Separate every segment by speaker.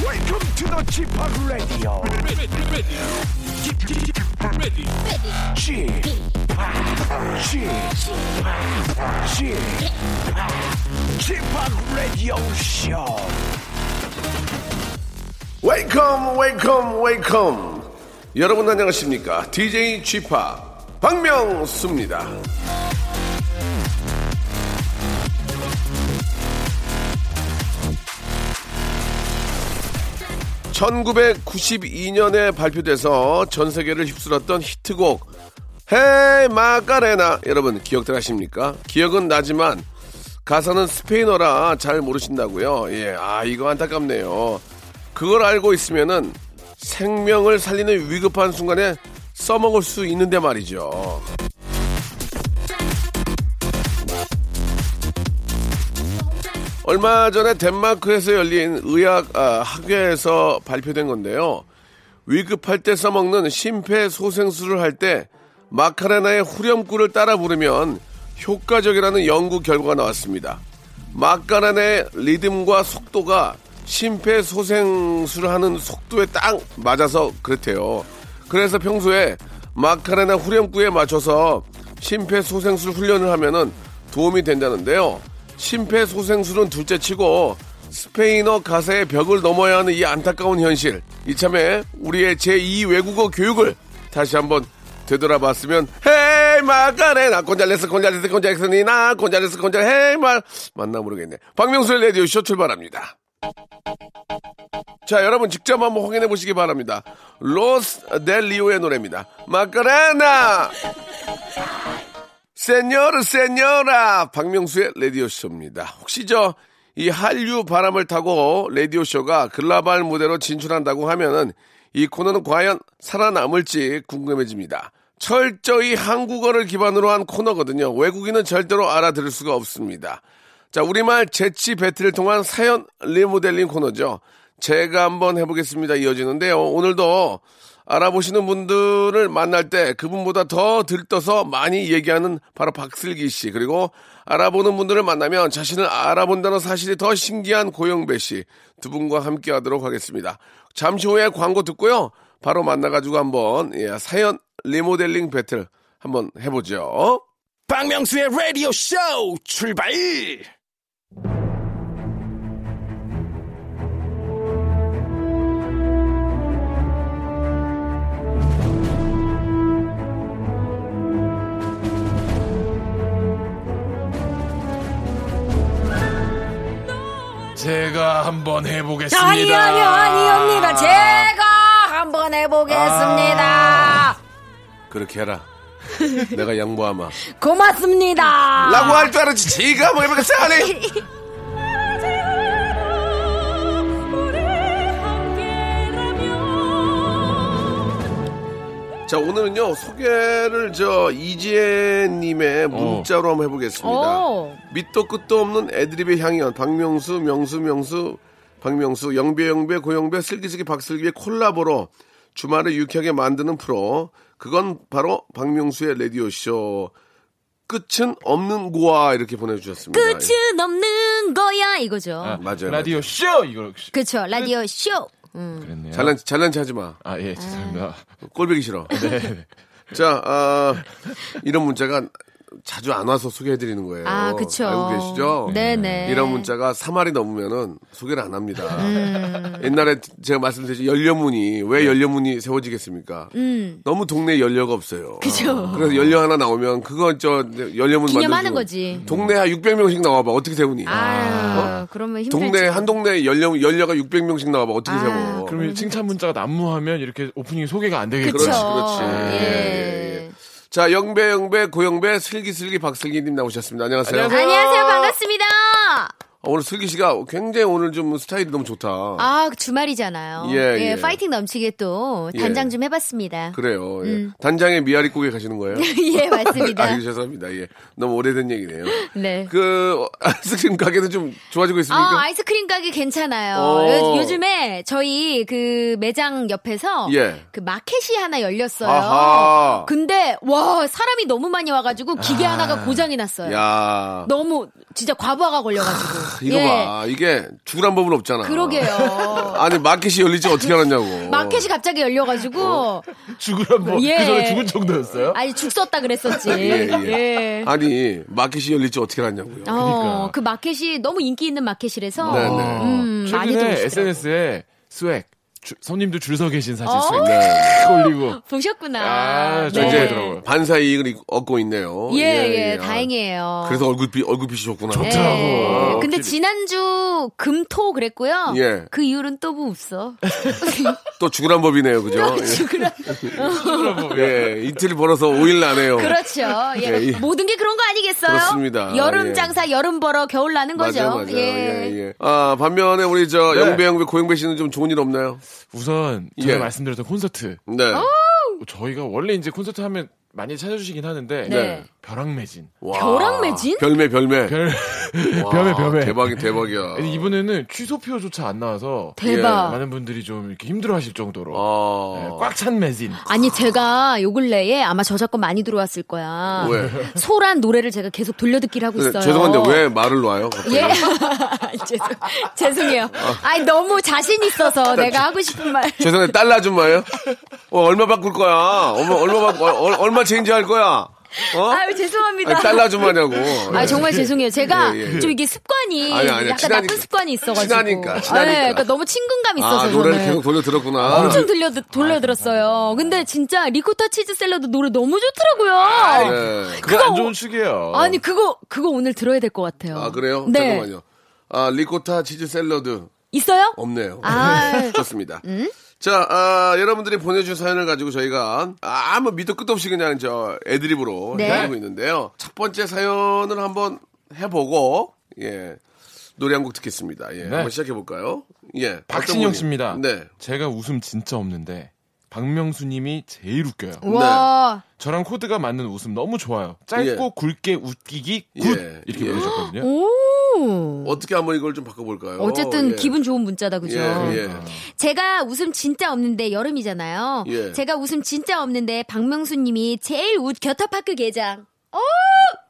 Speaker 1: Welcome to the g p o p Radio.
Speaker 2: ready, ready, ready,
Speaker 1: g p o p G p o p Radio Show.
Speaker 3: 웨이컴 웨이컴 웨이컴 여러분 안녕하십니까 DJ g 파 박명수입니다 (1992년에) 발표돼서 전 세계를 휩쓸었던 히트곡 헤이 마카레나 여러분 기억들 하십니까 기억은 나지만 가사는 스페인어라 잘 모르신다고요. 예, 아 이거 안타깝네요. 그걸 알고 있으면은 생명을 살리는 위급한 순간에 써먹을 수 있는데 말이죠. 얼마 전에 덴마크에서 열린 의학 아, 학회에서 발표된 건데요. 위급할 때 써먹는 심폐소생술을 할 때 마카레나의 후렴구를 따라 부르면 효과적이라는 연구 결과가 나왔습니다. 마카레나의 리듬과 속도가 심폐소생술하는 속도에 딱 맞아서 그렇대요. 그래서 평소에 마카레나 후렴구에 맞춰서 심폐소생술 훈련을 하면은 도움이 된다는데요. 심폐소생술은 둘째치고 스페인어 가사의 벽을 넘어야 하는 이 안타까운 현실. 이참에 우리의 제2 외국어 교육을 다시 한번 되돌아봤으면 헤이 마카레나 곤잘레스 곤잘레스 곤잘레스니나 곤잘레스 곤잘 헤이 마 맞나 모르겠네. 박명수의 라디오 쇼 출발합니다. 자, 여러분 직접 한번 확인해 보시기 바랍니다. 로스 델 리오의 노래입니다. 마카레나! 세뇨르 세뇨라 박명수의 라디오 쇼입니다. 혹시 저 이 한류 바람을 타고 라디오 쇼가 글라발 무대로 진출한다고 하면은 이 코너는 과연 살아남을지 궁금해집니다. 철저히 한국어를 기반으로 한 코너거든요. 외국인은 절대로 알아들을 수가 없습니다. 자, 우리말 재치 배틀을 통한 사연 리모델링 코너죠. 제가 한번 해보겠습니다. 이어지는데요. 오늘도 알아보시는 분들을 만날 때 그분보다 더 들떠서 많이 얘기하는 바로 박슬기 씨. 그리고 알아보는 분들을 만나면 자신을 알아본다는 사실이 더 신기한 고영배 씨. 두 분과 함께 하도록 하겠습니다. 잠시 후에 광고 듣고요. 바로 만나가지고 한번 예, 사연 리모델링 배틀 한번 해보죠.
Speaker 1: 박명수의 라디오 쇼 출발.
Speaker 2: 제가 한번 해보겠습니다.
Speaker 4: 아니 아니 아니옵니다. 제가 한번 해보겠습니다.
Speaker 3: 그렇게 해라. 내가 양보하마.
Speaker 4: 고맙습니다.
Speaker 3: 라고 할 줄 알았지. 지가 뭐 해볼까 생각하네. 자, 오늘은요, 소개를 저,
Speaker 4: 어.
Speaker 3: 이지혜님의 문자로 한번 해보겠습니다.
Speaker 4: 오.
Speaker 3: 밑도 끝도 없는 애드립의 향연. 박명수, 명수, 명수, 박명수, 영배, 영배, 고영배, 슬기슬기, 박슬기의 콜라보로 주말을 유쾌하게 만드는 프로. 그건 바로 박명수의 라디오쇼. 끝은 없는 고아. 이렇게 보내주셨습니다. 예.
Speaker 4: 끝은 없는 거야 이거죠.
Speaker 2: 아,
Speaker 3: 맞아요,
Speaker 2: 라디오 쇼 이걸
Speaker 4: 그쵸 라디오 쇼.
Speaker 2: 그랬네요.
Speaker 3: 잘난, 잘난 체 하지 마.
Speaker 2: 아 예 죄송합니다.
Speaker 3: 꼴보기 싫어. 자, 아, 이런 문자가 자주 안 와서 소개해드리는 거예요.
Speaker 4: 아 그쵸.
Speaker 3: 알고 계시죠?
Speaker 4: 네네.
Speaker 3: 이런 문자가 3알이 넘으면은 소개를 안 합니다.
Speaker 4: 음.
Speaker 3: 옛날에 제가 말씀드렸죠. 연려문이, 왜 연려문이 세워지겠습니까? 너무 동네에 연려가 없어요.
Speaker 4: 음. 그죠.
Speaker 3: 그래서 연려 하나 나오면 그건 저 연려문
Speaker 4: 기념하는
Speaker 3: 만들어주고
Speaker 4: 거지.
Speaker 3: 동네 한 600명씩 나와봐. 어떻게 세우니? 어?
Speaker 4: 아 그러면 힘들지.
Speaker 3: 동네, 한 동네에 연려, 연려가 600명씩 나와봐. 어떻게
Speaker 4: 아,
Speaker 3: 세워?
Speaker 2: 그러면 칭찬 문자가 난무하면 이렇게 오프닝 소개가 안 되겠죠.
Speaker 4: 그쵸.
Speaker 3: 그렇지, 그렇지.
Speaker 4: 예.
Speaker 3: 자, 영배, 영배, 고영배, 슬기슬기, 박슬기님 나오셨습니다. 안녕하세요.
Speaker 2: 안녕하세요.
Speaker 4: 안녕하세요 반갑습니다.
Speaker 3: 어, 오늘 슬기 씨가 굉장히 오늘 좀 스타일이 너무 좋다.
Speaker 4: 아 주말이잖아요.
Speaker 3: 어. 예, 예.
Speaker 4: 파이팅 넘치게 또
Speaker 3: 예.
Speaker 4: 단장 좀 해봤습니다.
Speaker 3: 그래요. 예. 단장에 미아리국에 가시는 거예요?
Speaker 4: 예 음. 맞습니다.
Speaker 3: 그 아, 죄송합니다. 예. 너무 오래된 얘기네요.
Speaker 4: 네.
Speaker 3: 그, 아이스크림 가게는 좀 좋아지고
Speaker 4: 아,
Speaker 3: 있습니까?
Speaker 4: 아이스크림 가게 괜찮아요.
Speaker 3: 어.
Speaker 4: 요, 즘에 저희 그 매장 옆에서
Speaker 3: 예.
Speaker 4: 그 마켓이 하나 열렸어요.
Speaker 3: 아하.
Speaker 4: 근데 와 사람이 너무 많이 와가지고 기계 하나가 고장이 났어요.
Speaker 3: 아. 야
Speaker 4: 그,
Speaker 3: 아,
Speaker 4: 너무 진짜 과부하가 걸려가지고
Speaker 3: 이거
Speaker 4: 예.
Speaker 3: 봐. 이게 죽으란 법은 없잖아.
Speaker 4: 그러게요.
Speaker 3: 아니 마켓이 열리지 어떻게 알았냐고.
Speaker 4: 마켓이 갑자기 열려가지고
Speaker 2: 죽으란 뭐,
Speaker 4: 예.
Speaker 2: 그 전에 죽은 정도였어요?
Speaker 4: 아니 죽 썼다 그랬었지.
Speaker 3: 예, 예.
Speaker 4: 예.
Speaker 3: 아니 마켓이 열릴지 어떻게 알았냐고요.
Speaker 4: 어, 그 마켓이 너무 인기 있는 마켓이라서
Speaker 3: 그러니까. 네,
Speaker 2: 어,
Speaker 3: 네.
Speaker 4: 음, 많이
Speaker 2: 최근에
Speaker 4: 들어오시더라고요.
Speaker 2: SNS에 스웩, 주- 손님들 줄 서 계신 사진
Speaker 4: 어?
Speaker 2: 스웩 쫙 올리고.
Speaker 4: 보셨구나.
Speaker 2: 아,
Speaker 4: 네.
Speaker 2: 정말 더라고요.
Speaker 3: 반사 이익을 이- 얻고 있네요.
Speaker 4: 예, 예,
Speaker 3: 아,
Speaker 4: 다행이에요.
Speaker 3: 그래서 얼굴빛 얼굴빛이 좋구나.
Speaker 4: 예.
Speaker 2: 좋더라고. 아,
Speaker 4: 근데
Speaker 2: 확실히.
Speaker 4: 지난주 금토
Speaker 3: 어,
Speaker 4: 그랬고요.
Speaker 3: 예.
Speaker 4: 그 이후로는 또 뭐 없어.
Speaker 3: 또 죽으란 법이네요, 그죠?
Speaker 4: 죽으라.
Speaker 3: 어. 예, 예, 이틀 벌어서 5일 나네요.
Speaker 4: 그렇죠. 예.
Speaker 3: 예, 예.
Speaker 4: 모든 게 그런 거 아니겠어요?
Speaker 3: 그렇습니다.
Speaker 4: 여름
Speaker 3: 예.
Speaker 4: 장사, 여름 벌어, 겨울 나는 거죠.
Speaker 3: 맞아요, 맞아요. 예, 예. 아 반면에 우리 저
Speaker 2: 네.
Speaker 3: 영배, 영배, 고영배 씨는 좀 좋은 일 없나요?
Speaker 2: 우선, 전에
Speaker 3: 예.
Speaker 2: 말씀드렸던 콘서트.
Speaker 3: 네.
Speaker 4: 어?
Speaker 2: 저희가 원래 이제 콘서트 하면 많이 찾아주시긴 하는데,
Speaker 4: 네.
Speaker 2: 벼락매진.
Speaker 3: 와.
Speaker 4: 벼락매진?
Speaker 3: 별매, 별매.
Speaker 2: 별, 예, 벼메,
Speaker 3: 와,
Speaker 2: 벼메.
Speaker 3: 대박이 대박이야.
Speaker 2: 근데 이번에는 취소표조차 안 나와서 예,
Speaker 4: 대박.
Speaker 2: 많은 분들이 좀 이렇게 힘들어하실 정도로 네,
Speaker 3: 아.
Speaker 2: 꽉 찬 매진.
Speaker 4: 아니 제가 요 근래에 아마 저작권 많이 들어왔을 거야.
Speaker 3: 왜?
Speaker 4: 소란 노래를 제가 계속 돌려듣기를 하고
Speaker 3: 근데
Speaker 4: 있어요.
Speaker 3: 죄송한데 왜 말을 놔요? 갑자기?
Speaker 4: 예. 죄송, 죄송해요. 아니 너무 자신 있어서 내가 하고 싶은 말.
Speaker 3: 죄송한데 딸 아줌마예요? 어, 얼마 바꿀 거야? 얼마 얼마 바꾸, 얼- 얼마 체인지 할 거야? 어?
Speaker 4: 아유 죄송합니다.
Speaker 3: 아니, 딸 아줌마냐고.
Speaker 4: 아 정말 죄송해요. 제가
Speaker 3: 예, 예.
Speaker 4: 좀 이게 습관이
Speaker 3: 아니, 아니야.
Speaker 4: 약간
Speaker 3: 친하니까.
Speaker 4: 나쁜 습관이 있어가지고.
Speaker 3: 친하니까, 친하니까.
Speaker 4: 네, 그러니까 너무 친근감
Speaker 3: 아,
Speaker 4: 있어서
Speaker 3: 노래를
Speaker 4: 저는.
Speaker 3: 계속 아. 돌려 들었구나.
Speaker 4: 엄청 들려 돌려 들었어요. 근데 진짜 리코타 치즈 샐러드 노래 너무 좋더라고요.
Speaker 3: 예.
Speaker 2: 그거
Speaker 4: 그거
Speaker 2: 안
Speaker 4: 오-
Speaker 2: 좋은 축이에요.
Speaker 4: 아니 그거 그거 오늘 들어야 될 것 같아요.
Speaker 3: 아 그래요?
Speaker 4: 네.
Speaker 3: 잠깐만요. 아 리코타 치즈 샐러드
Speaker 4: 있어요?
Speaker 3: 없네요.
Speaker 4: 아.
Speaker 3: 좋습니다. 자, 아, 여러분들이 보내준 사연을 가지고 저희가 아무 밑도 끝도 없이 그냥 저 애드립으로
Speaker 4: 네.
Speaker 3: 해드리고 있는데요. 첫 번째 사연을 한번 해보고 예 노래 한 곡 듣겠습니다. 예, 한번 시작해 볼까요? 예,
Speaker 2: 네. 박신영
Speaker 3: 어떤 분이-
Speaker 2: 씨입니다.
Speaker 3: 네,
Speaker 2: 제가 웃음 진짜 없는데 박명수님이 제일 웃겨요.
Speaker 4: 음. 와.
Speaker 3: 네.
Speaker 2: 저랑 코드가 맞는 웃음 너무 좋아요. 짧고
Speaker 3: 예.
Speaker 2: 굵게 웃기기 굿
Speaker 3: 예,
Speaker 2: 이렇게
Speaker 3: 예.
Speaker 2: 보내셨거든요.
Speaker 4: 음. 오.
Speaker 3: 어떻게 한번 이걸 좀 바꿔볼까요?
Speaker 4: 어쨌든
Speaker 3: 예.
Speaker 4: 기분 좋은 문자다 그죠?
Speaker 3: 예, 예.
Speaker 2: 음.
Speaker 4: 제가 웃음 진짜 없는데 여름이잖아요.
Speaker 3: 예.
Speaker 4: 제가 웃음 진짜 없는데 박명수님이 제일 웃 겨터파크 개장.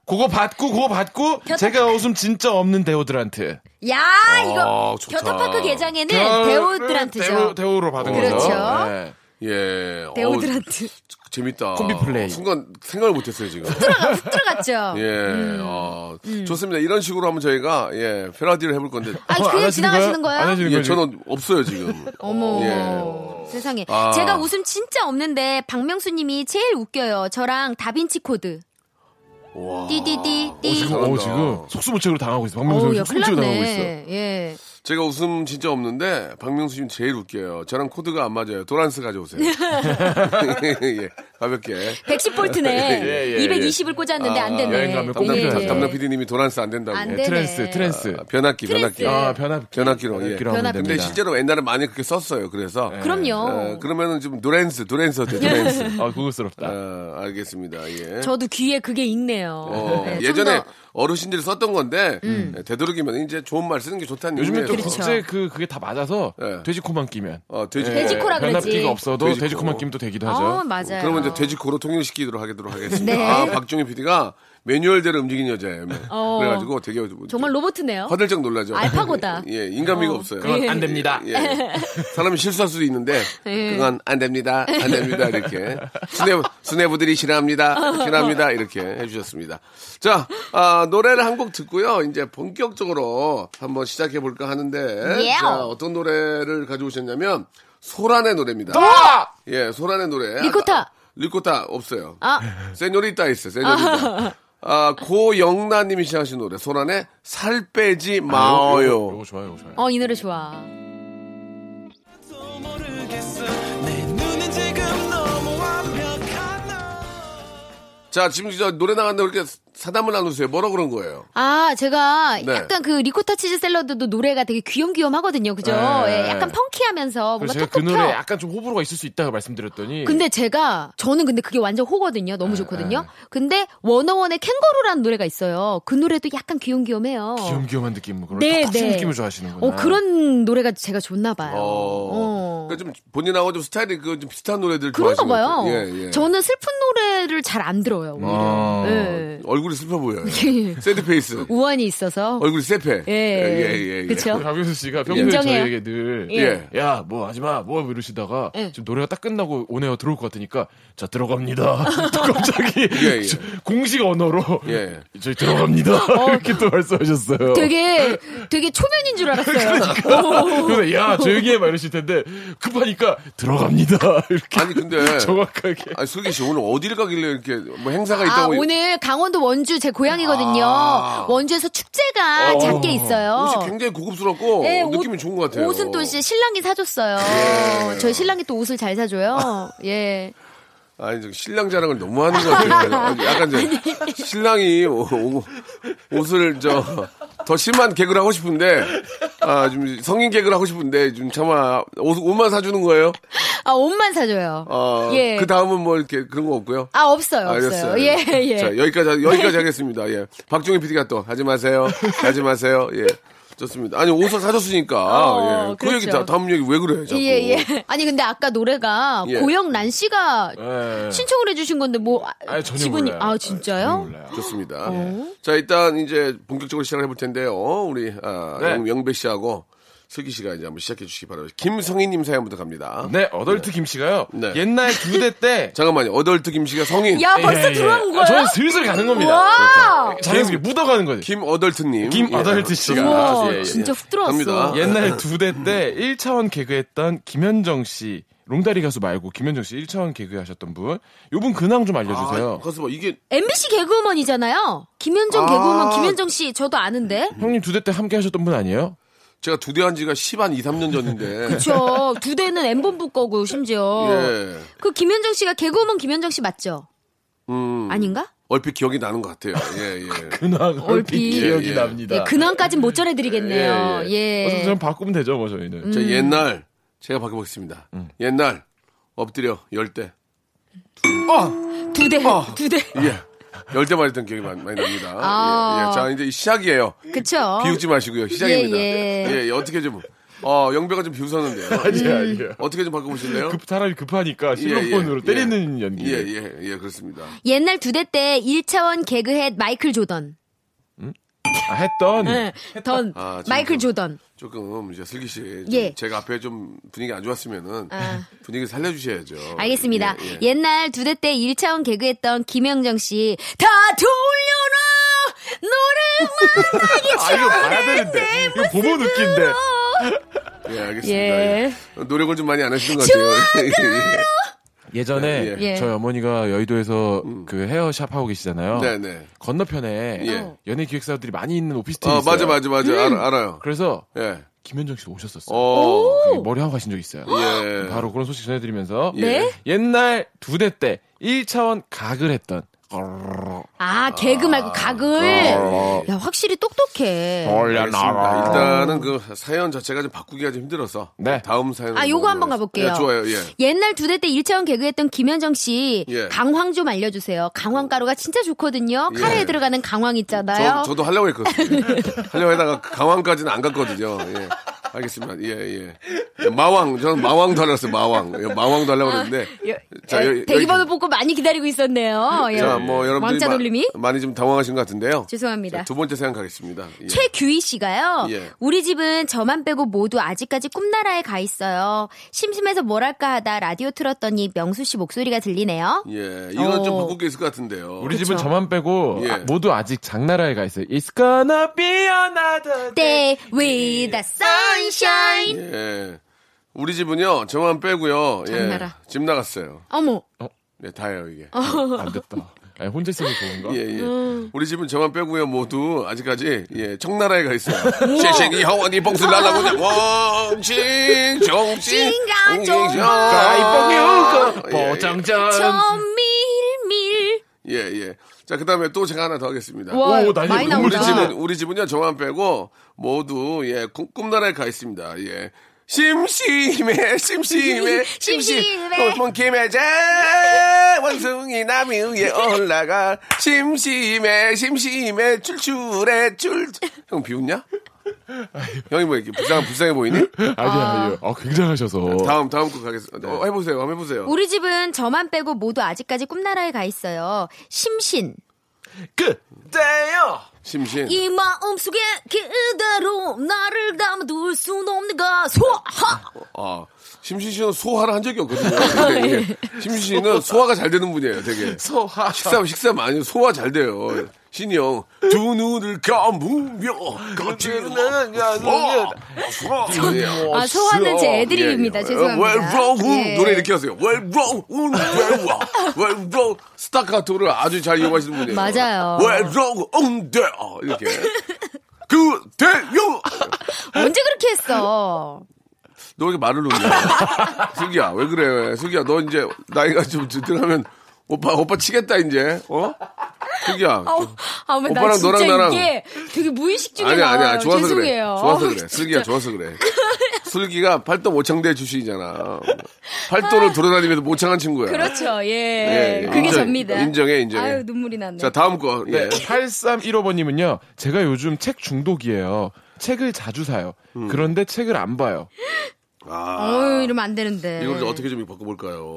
Speaker 2: 그거 받고 그거 받고 제가 웃음 진짜 없는 대우들한테
Speaker 4: 야 이거
Speaker 3: 좋다.
Speaker 4: 겨터파크 개장에는
Speaker 2: 대우를
Speaker 4: 대우들한테죠.
Speaker 2: 대우, 대우로 받은
Speaker 4: 네, 그렇죠.
Speaker 2: 거죠. 네.
Speaker 3: 예. 어우,
Speaker 4: 대우들한테
Speaker 3: 재밌다.
Speaker 2: 콤비 플레이.
Speaker 3: 순간 생각을 못했어요 지금.
Speaker 4: 아, 훅 들어갔죠.
Speaker 3: 예, 아, 좋습니다. 이런 식으로 하면 저희가 예 페라디를 해볼 건데
Speaker 4: 아
Speaker 2: 어, 안
Speaker 4: 그냥
Speaker 2: 하시는
Speaker 4: 지나가시는
Speaker 2: 안
Speaker 4: 거예요?
Speaker 2: 하시는
Speaker 3: 예,
Speaker 2: 거예요? 지금?
Speaker 3: 저는 없어요 지금.
Speaker 4: 어머
Speaker 3: 예.
Speaker 4: 세상에
Speaker 3: 아.
Speaker 4: 제가 웃음 진짜 없는데 박명수님이 제일 웃겨요. 저랑 다빈치 코드.
Speaker 3: 와.
Speaker 4: 띠띠띠
Speaker 2: 어,
Speaker 4: 띠.
Speaker 2: 지금, 어, 지금 속수무책으로 당하고 있어.
Speaker 4: 어우,
Speaker 2: 박명수
Speaker 4: 야, 큰일
Speaker 2: 속수무책으로 당하고 있어.
Speaker 4: 났네. 예.
Speaker 3: 제가 웃음 진짜 없는데 박명수 님 제일 웃겨요. 저랑 코드가 안 맞아요. 도란스 가져오세요. 예, 가볍게.
Speaker 4: 110볼트네.
Speaker 2: 예, 예.
Speaker 4: 220을 꽂았는데 안 되네.
Speaker 2: 여행 가면 꼭
Speaker 3: 담당,
Speaker 2: 예, 예.
Speaker 3: 담당 PD님이 도란스 안 된다고. 예.
Speaker 4: 안
Speaker 2: 네,
Speaker 4: 되네. 네.
Speaker 2: 트랜스, 트랜스.
Speaker 3: 아, 변압기, 변압기.
Speaker 4: 트랜스.
Speaker 2: 아, 변압
Speaker 3: 변압기로, 예.
Speaker 2: 변압기로 하면
Speaker 4: 변압기.
Speaker 2: 됩니다.
Speaker 3: 근데 실제로 옛날에 많이 그렇게 썼어요. 그래서.
Speaker 4: 그럼요.
Speaker 3: 어, 그러면은 지금 노랜스, 도랜스 어때요? 도랜스.
Speaker 2: 아, 구글스럽다.
Speaker 3: 어, 알겠습니다. 예.
Speaker 4: 저도 귀에 그게 익네요.
Speaker 3: 어,
Speaker 4: 네, 좀
Speaker 3: 예전에
Speaker 4: 더- 음.
Speaker 3: 어르신들이 썼던 건데 예, 되도록이면 이제 좋은 말 쓰는 게 좋다는
Speaker 2: 요즘에 또
Speaker 3: 의미에서.
Speaker 4: 그렇죠.
Speaker 2: 국제 그 그게 다 맞아서
Speaker 3: 예.
Speaker 2: 돼지코만 끼면
Speaker 3: 어, 돼지
Speaker 2: 예,
Speaker 4: 돼지코라 그러지.
Speaker 2: 변압기가 없어도
Speaker 3: 돼지코.
Speaker 2: 돼지코만 끼면 또 되기도 하죠.
Speaker 4: 어, 맞아요.
Speaker 3: 네. 그러면 이제 돼지코로 통일시키도록 하도록 하겠습니다.
Speaker 4: 네.
Speaker 3: 아, 박종희 PD가 매뉴얼대로 움직이는 여자예요.
Speaker 4: 어.
Speaker 3: 그래가지고 되게 좀
Speaker 4: 정말 로봇이네요.
Speaker 3: 화들짝 놀라죠.
Speaker 4: 알파고다.
Speaker 3: 예, 인간미가
Speaker 4: 어.
Speaker 3: 없어요.
Speaker 2: 그건 안 됩니다.
Speaker 3: 예. 사람이 실수할 수도 있는데
Speaker 4: 예.
Speaker 3: 그건 안 됩니다. 안 됩니다. 이렇게 수뇌부, 수뇌부들이 싫어합니다. 싫어합니다. 이렇게 해주셨습니다. 자 아, 노래를 한 곡 듣고요. 이제 본격적으로 한번 시작해 볼까 하는데
Speaker 4: 예.
Speaker 3: 자, 어떤 노래를 가져오셨냐면 소란의 노래입니다.
Speaker 2: 아!
Speaker 3: 예, 소란의 노래.
Speaker 4: 리코타.
Speaker 3: 아까- 리코타 없어요.
Speaker 4: 아,
Speaker 3: 세뇨리따 있어, 세뇨리따. 아, 고영란님이 시작하신 노래, 소란의 살 빼지 마요.
Speaker 2: 이거 좋아요, 이거 좋아요.
Speaker 4: 어, 이 노래 좋아.
Speaker 5: 또 모르겠어 내 눈은 지금 너무 완벽한 너
Speaker 3: 자, 지금 저 노래 나간다고 이렇게 사담을 나누세요. 뭐라 그런 거예요?
Speaker 4: 아, 제가
Speaker 3: 네.
Speaker 4: 약간 그 리코타 치즈 샐러드도 노래가 되게 귀염귀염 하거든요. 그죠?
Speaker 2: 네.
Speaker 4: 예, 약간 펑키하면서
Speaker 2: 그래서
Speaker 4: 뭔가
Speaker 2: 제가 그
Speaker 4: 톡톡 튀어.
Speaker 2: 노래 약간 좀 호불호가 있을 수 있다고 말씀드렸더니
Speaker 4: 근데 제가 저는 근데 그게 완전 호거든요.
Speaker 2: 네,
Speaker 4: 너무 좋거든요. 근데 워너원의 캥거루라는 노래가 있어요. 그 노래도 약간 귀염귀염해요.
Speaker 2: 귀염귀염한 느낌, 뭐 그런
Speaker 4: 네,
Speaker 2: 톡톡한
Speaker 4: 네.
Speaker 2: 느낌을 좋아하시는구나.
Speaker 4: 어, 그런 노래가 제가 좋나 봐요.
Speaker 3: 어.
Speaker 4: 어.
Speaker 3: 그러니까 좀 본인하고 좀 스타일이 그 좀 예, 비슷한 노래들
Speaker 4: 그런가
Speaker 3: 좋아하시는 것
Speaker 4: 봐요.
Speaker 3: 같아요. 예, 예.
Speaker 4: 저는 슬픈 노래를 잘 안 들어요. 오히려.
Speaker 2: 아.
Speaker 4: 예.
Speaker 3: 얼굴이 얼굴이 슬퍼 보여요. 새드 페이스.
Speaker 4: 우환이 있어서.
Speaker 3: 얼굴이 새패.
Speaker 4: 예.
Speaker 3: 예, 예, 예.
Speaker 4: 그쵸?
Speaker 2: 박명수 씨가 평소에
Speaker 4: 인정해요.
Speaker 2: 저희에게 늘,
Speaker 3: 예.
Speaker 2: 야, 뭐 하지 마, 뭐 이러시다가,
Speaker 4: 예.
Speaker 2: 지금 노래가 딱 끝나고 오네요 들어올 것 같으니까, 자, 들어갑니다. 또 갑자기,
Speaker 3: 예, 예.
Speaker 2: 저- 공식 언어로,
Speaker 3: 예.
Speaker 2: 저희 들어갑니다. 이렇게 또 말씀하셨어요.
Speaker 4: 되게 되게 초면인 줄 알았어요. 오.
Speaker 2: 그래서 야, 조용히 해, 막 이러실 텐데, 급하니까, 들어갑니다. 이렇게.
Speaker 3: 아니, 근데.
Speaker 2: 정확하게.
Speaker 3: 아니, 슬기 씨, 오늘 어디를 가길래 이렇게 뭐 행사가
Speaker 4: 아,
Speaker 3: 있다고.
Speaker 4: 오늘 강원도 원주 제 고향이거든요.
Speaker 3: 아.
Speaker 4: 원주에서 축제가
Speaker 2: 어.
Speaker 4: 작게 있어요.
Speaker 3: 옷이 굉장히 고급스럽고
Speaker 4: 네, 옷-
Speaker 3: 느낌이 좋은 것 같아요.
Speaker 4: 옷은 또 이제 신랑이 사줬어요. 저희 신랑이 또 옷을 잘 사줘요. 예.
Speaker 3: 아니, 저 신랑 자랑을 너무 하는 것 같아요. 아니, 약간 이제 신랑이 오- 오- 옷을 저 더 심한 개그를 하고 싶은데 아, 좀 성인 개그를 하고 싶은데 좀 참아 옷, 옷만 사주는 거예요?
Speaker 4: 아, 옷만 사줘요.
Speaker 3: 어,
Speaker 4: 예.
Speaker 3: 그 다음은 뭐 이렇게 그런 거 없고요.
Speaker 4: 아, 없어요. 없어요. 예, 예.
Speaker 3: 자, 여기까지, 하- 여기까지 하겠습니다. 예. 박종희 PD가 또, 하지 마세요. 하지 마세요. 예. 좋습니다. 아니, 옷을 사줬으니까.
Speaker 4: 어,
Speaker 3: 예. 그
Speaker 4: 그렇죠.
Speaker 3: 얘기, 다, 다음 얘기 왜 그래요, 자꾸.
Speaker 4: 예, 예. 아니, 근데 아까 노래가
Speaker 3: 예.
Speaker 4: 고영란 씨가
Speaker 3: 아,
Speaker 2: 예.
Speaker 4: 신청을 해주신 건데, 뭐, 아,
Speaker 2: 아니, 전혀
Speaker 4: 지분이,
Speaker 2: 몰라요.
Speaker 4: 아, 진짜요?
Speaker 2: 몰라요.
Speaker 3: 좋습니다.
Speaker 4: 어?
Speaker 3: 자, 일단 이제 본격적으로 시작을 해볼 텐데요. 우리, 아,
Speaker 2: 네.
Speaker 3: 영, 영배 씨하고 슬기 씨가 이제 한번 시작해 주시기 바랍니다. 김성희님 사연부터 갑니다.
Speaker 2: 네, 어덜트 김씨가요.
Speaker 3: 네.
Speaker 2: 옛날 교대 때.
Speaker 3: 잠깐만요. 어덜트 김 씨가 성인.
Speaker 4: 야, 벌써
Speaker 2: 예, 예.
Speaker 4: 들어온 거예요?
Speaker 2: 아, 저는 슬슬 가는 겁니다.
Speaker 4: 와!
Speaker 2: 자연스럽게 묻어가는 거죠.
Speaker 3: 김 어덜트님. 예, 아,
Speaker 2: 김 어덜트 씨가. 네,
Speaker 4: 우와,
Speaker 2: 예, 예.
Speaker 4: 진짜 훅 들어왔어.
Speaker 3: 갑니다.
Speaker 2: 옛날 두 대
Speaker 3: 음.
Speaker 2: 때 1차원 개그했던 김현정 씨, 롱다리 가수 말고 김현정 씨 1차원 개그하셨던 분, 요분 근황 좀
Speaker 3: 아,
Speaker 2: 알려주세요.
Speaker 3: 가서 봐. 이게
Speaker 4: MBC 개그우먼이잖아요. 김현정
Speaker 3: 아.
Speaker 4: 개그우먼 김현정 씨 저도 아는데.
Speaker 2: 형님 두 대 때 함께 하셨던 분 아니에요?
Speaker 3: 제가 두대한 지가 10한 2, 3년 전인데.
Speaker 4: 저 두 대는 엠본부 거고 심지어.
Speaker 3: 예.
Speaker 4: 그 김현정 씨가 개그우먼 김현정 씨 맞죠?
Speaker 3: 음.
Speaker 4: 아닌가?
Speaker 3: 얼핏 기억이 나는 것 같아요. 예, 예.
Speaker 2: 근황
Speaker 4: 얼핏.
Speaker 2: 기억이
Speaker 3: 예, 예.
Speaker 2: 납니다.
Speaker 4: 예, 근황까진 못 전해드리겠네요. 예.
Speaker 2: 어차피 저는 바꾸면 되죠, 뭐
Speaker 4: 음.
Speaker 2: 저희는.
Speaker 3: 저 옛날 제가 바꿔보겠습니다.
Speaker 2: 음.
Speaker 3: 옛날 엎드려 열대
Speaker 4: 두 대, 두 대.
Speaker 3: 예. 열대 말했던 기억이 많이, 많이 납니다.
Speaker 4: 아.
Speaker 3: 예, 예. 자 이제 시작이에요.
Speaker 4: 그쵸?
Speaker 3: 비웃지 마시고요. 시작입니다.
Speaker 4: 예, 예.
Speaker 3: 예, 어떻게 좀 어, 영배가 좀 비웃었는데요.
Speaker 2: 아니야, 아니야.
Speaker 3: 어떻게 좀 바꿔보실래요?
Speaker 2: 예, 급, 사람이 급하니까 실로폰으로
Speaker 3: 음. 예.
Speaker 2: 때리는 연기.
Speaker 3: 예, 예, 예, 그렇습니다.
Speaker 4: 옛날 두 대 때 1차원 개그햇 마이클 조던.
Speaker 2: 아, 했던.
Speaker 4: 예, 던.
Speaker 3: 아, 진짜.
Speaker 4: 마이클 조던.
Speaker 3: 조금 이제 슬기 씨, 좀
Speaker 4: 예.
Speaker 3: 제가 앞에 좀 분위기 안 좋았으면은
Speaker 4: 아.
Speaker 3: 분위기 살려주셔야죠.
Speaker 4: 알겠습니다.
Speaker 3: 예, 예.
Speaker 4: 옛날 두 대 때 1차원 개그했던 김영정 씨. 다 돌려라! 노래만 나기
Speaker 2: 아, 이거 봐야 되는데. 이거 보면 웃긴데.
Speaker 3: 예, 알겠습니다.
Speaker 4: 예.
Speaker 3: 예. 노력을 좀 많이 안 하시는 것 같아요.
Speaker 2: 예전에
Speaker 4: 예.
Speaker 2: 저희 어머니가 여의도에서 그 헤어샵 하고 계시잖아요.
Speaker 3: 음. 네, 네.
Speaker 2: 건너편에
Speaker 3: 예.
Speaker 2: 연예 기획사들이 많이 있는 오피스텔이
Speaker 3: 어, 맞아,
Speaker 2: 있어요.
Speaker 3: 맞아,
Speaker 4: 음.
Speaker 3: 맞아. 알아, 알아요.
Speaker 2: 그래서
Speaker 3: 예.
Speaker 2: 김현정 씨도 오셨었어요.
Speaker 3: 어.
Speaker 2: 그 머리 하고 가신 적 있어요.
Speaker 3: 예.
Speaker 2: 바로 그런 소식 전해드리면서
Speaker 4: 네?
Speaker 2: 옛날 두 대 때 1차원 각을 했던
Speaker 4: 아, 개그 말고 각을.
Speaker 3: 아.
Speaker 4: 야, 확실히 똑똑해.
Speaker 3: 알겠습니다. 일단은 그 사연 자체가 좀 바꾸기가 좀 힘들어서
Speaker 2: 네.
Speaker 3: 다음 사연
Speaker 4: 아, 요거 한번 가볼게요.
Speaker 3: 예, 좋아요. 예.
Speaker 4: 옛날 두 대 때 1차원 개그했던 김현정 씨.
Speaker 3: 예.
Speaker 4: 강황 좀 알려주세요. 강황 가루가 진짜 좋거든요.
Speaker 3: 예.
Speaker 4: 카레에 들어가는 강황 있잖아요.
Speaker 3: 저, 저도 하려고 했거든요. 예. 하려고 하다가 그 강황까지는 안 갔거든요. 예. 알겠습니다. 예, 예. 마왕. 저는 마왕도 하려고 했어요. 마왕. 예, 마왕도 하려고 했는데.
Speaker 4: 아, 여-
Speaker 3: 자, 여-
Speaker 4: 대기번호
Speaker 3: 여기-
Speaker 4: 뽑고 많이 기다리고 있었네요. 예.
Speaker 3: 자, 뭐 여러분들이
Speaker 4: 왕자 돌림이?
Speaker 3: 마- 많이 좀 당황하신 것 같은데요.
Speaker 4: 죄송합니다.
Speaker 3: 자, 두 번째 사연 가겠습니다. 예.
Speaker 4: 최규희 씨가요.
Speaker 3: 예.
Speaker 4: 우리 집은 저만 빼고 모두 아직까지 꿈나라에 가 있어요. 심심해서 뭐랄까 하다 라디오 틀었더니 명수 씨 목소리가 들리네요.
Speaker 3: 예, 이건 좀
Speaker 4: 어.
Speaker 3: 바꿀 게 있을 것 같은데요.
Speaker 2: 우리 집은 저만 빼고
Speaker 3: 예.
Speaker 2: 아, 모두 아직 장나라에 가 있어요. It's gonna be another day.
Speaker 4: 때 네, with the sunshine.
Speaker 3: 예. 우리 집은요, 저만 빼고요. 예.
Speaker 4: 장나라.
Speaker 3: 집 나갔어요.
Speaker 4: 어머.
Speaker 3: 예, 다예요, 이게.
Speaker 2: 안 됐다. 아니, 혼자 있으면 좋은가?
Speaker 3: 예, 예.
Speaker 4: 음.
Speaker 3: 우리 집은 저만 빼고요, 모두 아직까지, 예, 청나라에 가 있어요. 쉐싱이 하원이 봉수
Speaker 4: 아.
Speaker 3: 날라보자. 웡칭, 정칭,
Speaker 4: 칭가,
Speaker 3: 웅칭,
Speaker 4: 정마.
Speaker 3: 정. 예, 예.
Speaker 2: 아, 그
Speaker 4: 아.
Speaker 2: 보장전.
Speaker 4: 천밀밀.
Speaker 3: 예, 예. 자, 그 다음에 또 제가 하나 더 하겠습니다.
Speaker 4: 와,
Speaker 2: 오, 난리
Speaker 4: 많이
Speaker 2: 났네.
Speaker 3: 우리
Speaker 4: 나온다.
Speaker 2: 우리
Speaker 3: 집은 우리 집은요 저만 빼고 모두 예 꿈- 꿈나라에 가 있습니다. 예. 심심해 심심해
Speaker 4: 심심해.
Speaker 3: 심심해 뽕뽕 김해자 원숭이 나무 위에 올라가 심심해 심심해 출출해 출형 비웃냐? 형이 뭐 이렇게 불쌍 불쌍해 보이니?
Speaker 2: 아니요, 아니요. 아, 굉장하셔서.
Speaker 3: 다음 다음 곡 가겠습니다. 어, 해보세요 한번 해보세요.
Speaker 4: 우리 집은 저만 빼고 모두 아직까지 꿈나라에 가 있어요. 심신.
Speaker 2: 그때요.
Speaker 3: 심신.
Speaker 4: 이 마음 속에 그대로 나를 담아둘 순 없는가 소하
Speaker 3: 아, 심신 씨는 소화를 한 적이 없거든요. 근데 이게 심신 씨는 소화가 잘 되는 분이에요, 되게.
Speaker 2: 소화.
Speaker 3: 식사, 식사 많이, 소화 잘 돼요. 신이 형, 두 눈을 감으며, 거칠은 소화, 소화.
Speaker 4: 아, 소화는 제 애드립입니다.
Speaker 3: 예,
Speaker 4: 죄송합니다.
Speaker 3: 웰브롱
Speaker 4: 예.
Speaker 3: 노래 이렇게 하세요. 웰브롱 웰브롱 웰브롱 스타카토를 아주 잘 이용하시는 분이에요.
Speaker 4: 맞아요.
Speaker 3: 웰브롱 온데 어, 이렇게 그, 그대요.
Speaker 4: 언제 그렇게 했어?
Speaker 3: 너 왜 말을 놓냐? 슬기야, 왜 그래? 슬기야, 너 이제 나이가 좀 들으면 오빠, 오빠 치겠다, 이제. 어? 슬기야.
Speaker 4: 아우, 아우, 나
Speaker 3: 오빠랑
Speaker 4: 진짜
Speaker 3: 너랑 나랑-
Speaker 4: 이게 되게 무의식 중에
Speaker 3: 아니야,
Speaker 4: 나와요.
Speaker 3: 아니야. 좋아서
Speaker 4: 죄송해요.
Speaker 3: 그래. 좋아서
Speaker 4: 아우,
Speaker 3: 그래. 슬기야, 좋아서 그래. 슬기가 팔도 모창대 출신이잖아. 팔도를 돌아다니면서 모창한 친구야.
Speaker 4: 그렇죠.
Speaker 3: 예,
Speaker 4: 예.
Speaker 3: 예.
Speaker 4: 그게
Speaker 3: 인정,
Speaker 4: 접니다.
Speaker 3: 인정해, 인정해.
Speaker 4: 아유, 눈물이 나네.
Speaker 3: 자, 다음 거. 예.
Speaker 2: 네. 8315번님은요, 제가 요즘 책 중독이에요. 책을 자주 사요.
Speaker 3: 음.
Speaker 2: 그런데 책을 안 봐요.
Speaker 4: 어유 이러면 안 되는데.
Speaker 3: 이걸 좀 어떻게 좀 바꿔볼까요?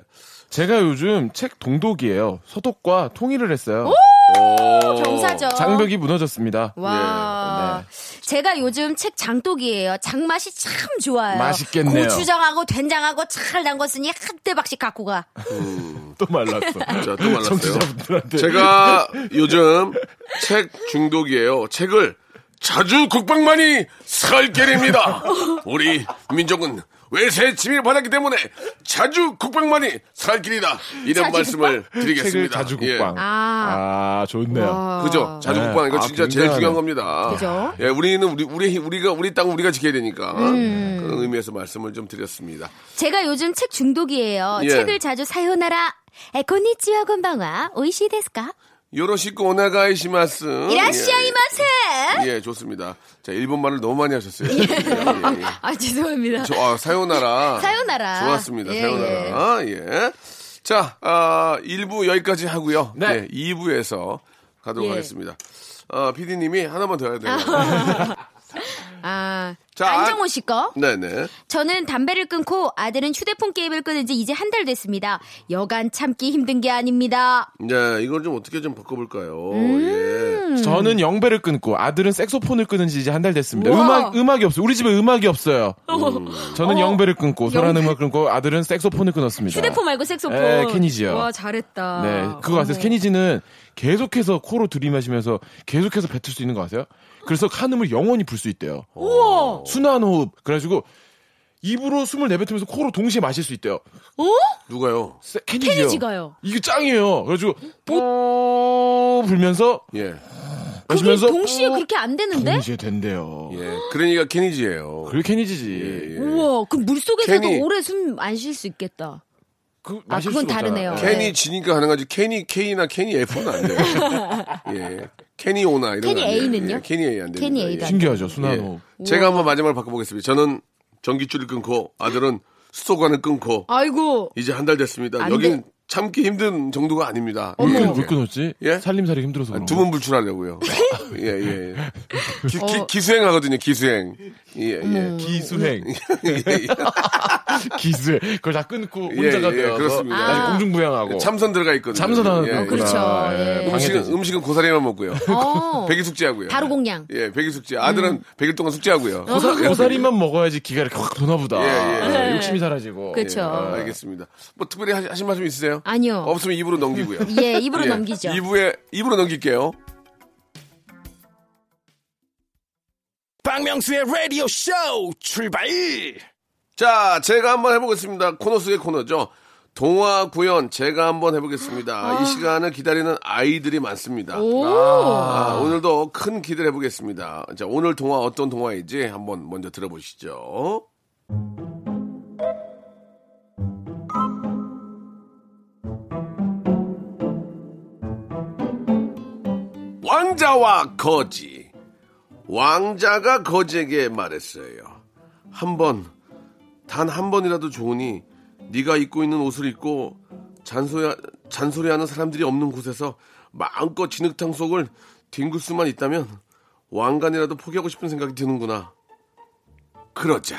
Speaker 3: 예.
Speaker 2: 제가 요즘 책 동독이에요. 서독과 통일을 했어요.
Speaker 3: 예. 오.
Speaker 4: 경사죠.
Speaker 2: 장벽이 무너졌습니다.
Speaker 4: 와. 제가 요즘 책 장독이에요. 장맛이 참 좋아요.
Speaker 2: 맛있겠네요.
Speaker 4: 고추장하고 된장하고 잘 담궜으니 한 대박씩 갖고 가.
Speaker 2: 또 말랐어.
Speaker 3: 자, 음. 또 말랐어요.
Speaker 2: 청취자분들한테.
Speaker 3: 제가 요즘 책 중독이에요. 책을 자주 국방만이 살 게립니다. 우리 민족은 외세 침입을 받았기 때문에 자주 국방만이 살 길이다. 이런
Speaker 4: 자주
Speaker 3: 말씀을
Speaker 2: 책을
Speaker 3: 드리겠습니다.
Speaker 2: 자주
Speaker 3: 예.
Speaker 2: 국방.
Speaker 4: 아.
Speaker 2: 아, 좋네요.
Speaker 4: 와.
Speaker 3: 그죠? 자주 국방 이거
Speaker 2: 아,
Speaker 3: 진짜 제일
Speaker 2: 굉장하네.
Speaker 3: 중요한 겁니다.
Speaker 4: 그죠?
Speaker 3: 예, 우리는 우리 우리 우리가 우리 땅 우리가 지켜야 되니까
Speaker 4: 음.
Speaker 3: 그런 의미에서 말씀을 좀 드렸습니다.
Speaker 4: 제가 요즘 책 중독이에요.
Speaker 3: 예.
Speaker 4: 책을 자주 사요나라. 에, 고니치와 건방와 오이시 데스까?
Speaker 3: 요로시코 오나가이시마스.
Speaker 2: 어, 예.
Speaker 4: 이라시아이마세!
Speaker 3: 예, 예, 좋습니다. 자, 일본 말을 너무 많이 하셨어요. 예, 예, 예.
Speaker 4: 아, 죄송합니다.
Speaker 3: 저, 아, 사요나라.
Speaker 4: 사요나라.
Speaker 3: 좋았습니다.
Speaker 4: 예,
Speaker 3: 사요나라. 예. 자, 아, 1부 여기까지 하고요. 예,
Speaker 2: 네.
Speaker 3: 2부에서 가도록
Speaker 4: 예.
Speaker 3: 하겠습니다. 아, 피디님이 하나만 더 해야 돼요.
Speaker 4: 아,
Speaker 3: 자,
Speaker 4: 안정호 씨 거?
Speaker 3: 네네.
Speaker 4: 저는 담배를 끊고 아들은 휴대폰 게임을 끊은 지 이제 한 달 됐습니다. 여간 참기 힘든 게 아닙니다.
Speaker 3: 네, 이걸 좀 어떻게 좀 바꿔볼까요?
Speaker 4: 음.
Speaker 3: 예.
Speaker 2: 음. 저는 영배를 끊고 아들은 색소폰을 끊은 지 이제 한 달 됐습니다.
Speaker 4: 우와.
Speaker 2: 음악 음악이 없어요. 우리 집에 음악이 없어요. 저는 영배를 끊고 소란 음악 끊고 아들은 색소폰을
Speaker 4: 어.
Speaker 2: 끊었습니다.
Speaker 4: 휴대폰 말고 색소폰.
Speaker 2: 에, 케니지요.
Speaker 4: 와, 잘했다.
Speaker 2: 네, 그거 아세요?
Speaker 4: 어머.
Speaker 2: 케니지는 계속해서 코로 들이마시면서 계속해서 뱉을 수 있는 거 아세요? 그래서 한음을 영원히 불 수 있대요.
Speaker 4: 우와!
Speaker 2: 순환 호흡. 그래가지고 입으로 숨을 내뱉으면서 코로 동시에 마실 수 있대요.
Speaker 3: 누가요?
Speaker 2: 세- 케니지요.
Speaker 4: 케니지가요?
Speaker 2: 이게 짱이에요. 그래가지고 뽀 불면서
Speaker 3: 예.
Speaker 4: 그게
Speaker 2: 마시면서
Speaker 4: 동시에 그렇게 안 되는데?
Speaker 2: 동시에 된대요.
Speaker 3: 예. 그러니까 케니지예요
Speaker 2: 그게 케니지지.
Speaker 3: 예, 예.
Speaker 4: 우와, 그럼 물속에서도
Speaker 3: 케니.
Speaker 4: 오래 숨 안 쉴 수 있겠다.
Speaker 2: 그
Speaker 4: 아,
Speaker 2: 마실
Speaker 4: 그건
Speaker 2: 수가
Speaker 4: 다르네요.
Speaker 2: 없잖아요.
Speaker 3: 케니 지니까 가능하지. 케니 K나 케니 F는 안 돼요. 예. 케니 O나 이런
Speaker 4: 케니
Speaker 3: 건 안 돼요.
Speaker 4: A는요?
Speaker 3: 예, 케니 A 안 돼요.
Speaker 4: 케니 A도 안
Speaker 2: 신기하죠, 순환 호흡.
Speaker 3: 예. 제가 한번 마지막으로 바꿔보겠습니다. 저는 전기줄을 끊고 아들은 수도관을 끊고
Speaker 4: 아이고.
Speaker 3: 이제 한 달 됐습니다.
Speaker 4: 안
Speaker 3: 여긴
Speaker 4: 돼.
Speaker 3: 참기 힘든 정도가 아닙니다.
Speaker 2: 왜 끊-
Speaker 3: 예.
Speaker 2: 왜 끊었지?
Speaker 3: 예?
Speaker 2: 살림살이 힘들어서 그런 거.
Speaker 3: 두문불출하려고요. 예, 예. 예. 기,
Speaker 4: 어.
Speaker 3: 수행 하거든요, 기수행. 예, 예.
Speaker 4: 음.
Speaker 2: 기수행.
Speaker 3: 예, 예.
Speaker 2: 기술 그걸 다 끊고
Speaker 3: 예,
Speaker 2: 혼자가
Speaker 3: 예,
Speaker 2: 되어서
Speaker 3: 그렇습니다.
Speaker 2: 나중에
Speaker 4: 아.
Speaker 2: 공중부양하고
Speaker 3: 참선 들어가 있거든요.
Speaker 2: 잠선하는
Speaker 3: 예, 예.
Speaker 2: 거구나. 아,
Speaker 4: 그렇죠. 예.
Speaker 2: 방해되지.
Speaker 3: 음식은, 음식은 고사리만 먹고요.
Speaker 2: 예.
Speaker 4: 어.
Speaker 3: 백일 숙제하고요.
Speaker 4: 바로 공양. 음. 어, 그렇죠.
Speaker 3: 예, 백일 숙제. 아들은 백일 동안 숙제하고요.
Speaker 2: 고사, 고사리만 먹어야지 기가 이렇게 확 도나 보다.
Speaker 3: 음.
Speaker 2: 아,
Speaker 3: 예,
Speaker 4: 예.
Speaker 2: 욕심이 사라지고.
Speaker 4: 그쵸.
Speaker 3: 예, 알겠습니다. 뭐 특별히 하시- 하신 말씀 있으세요?
Speaker 4: 아니요.
Speaker 3: 없으면 입으로 넘기고요.
Speaker 4: 예, 입으로 넘기죠.
Speaker 3: 2부에 입으로 넘길게요.
Speaker 1: 박명수의 라디오 쇼 출발!
Speaker 3: 자, 제가 한번 해보겠습니다. 코너 속의 코너죠. 동화 구연 제가 한번 해보겠습니다. 이 시간을 기다리는 아이들이 많습니다.
Speaker 4: 아. 오.
Speaker 3: 아, 오늘도 큰 기대를 해보겠습니다. 자, 오늘 동화 어떤 동화인지 한번 먼저 들어보시죠. 왕자와 거지. 왕자가 거지에게 말했어요. 한 번, 단 한 번이라도 좋으니 네가 입고 있는 옷을 입고 잔소리, 잔소리하는 사람들이 없는 곳에서 마음껏 진흙탕 속을 뒹굴 수만 있다면 왕관이라도 포기하고 싶은 생각이 드는구나. 그러자.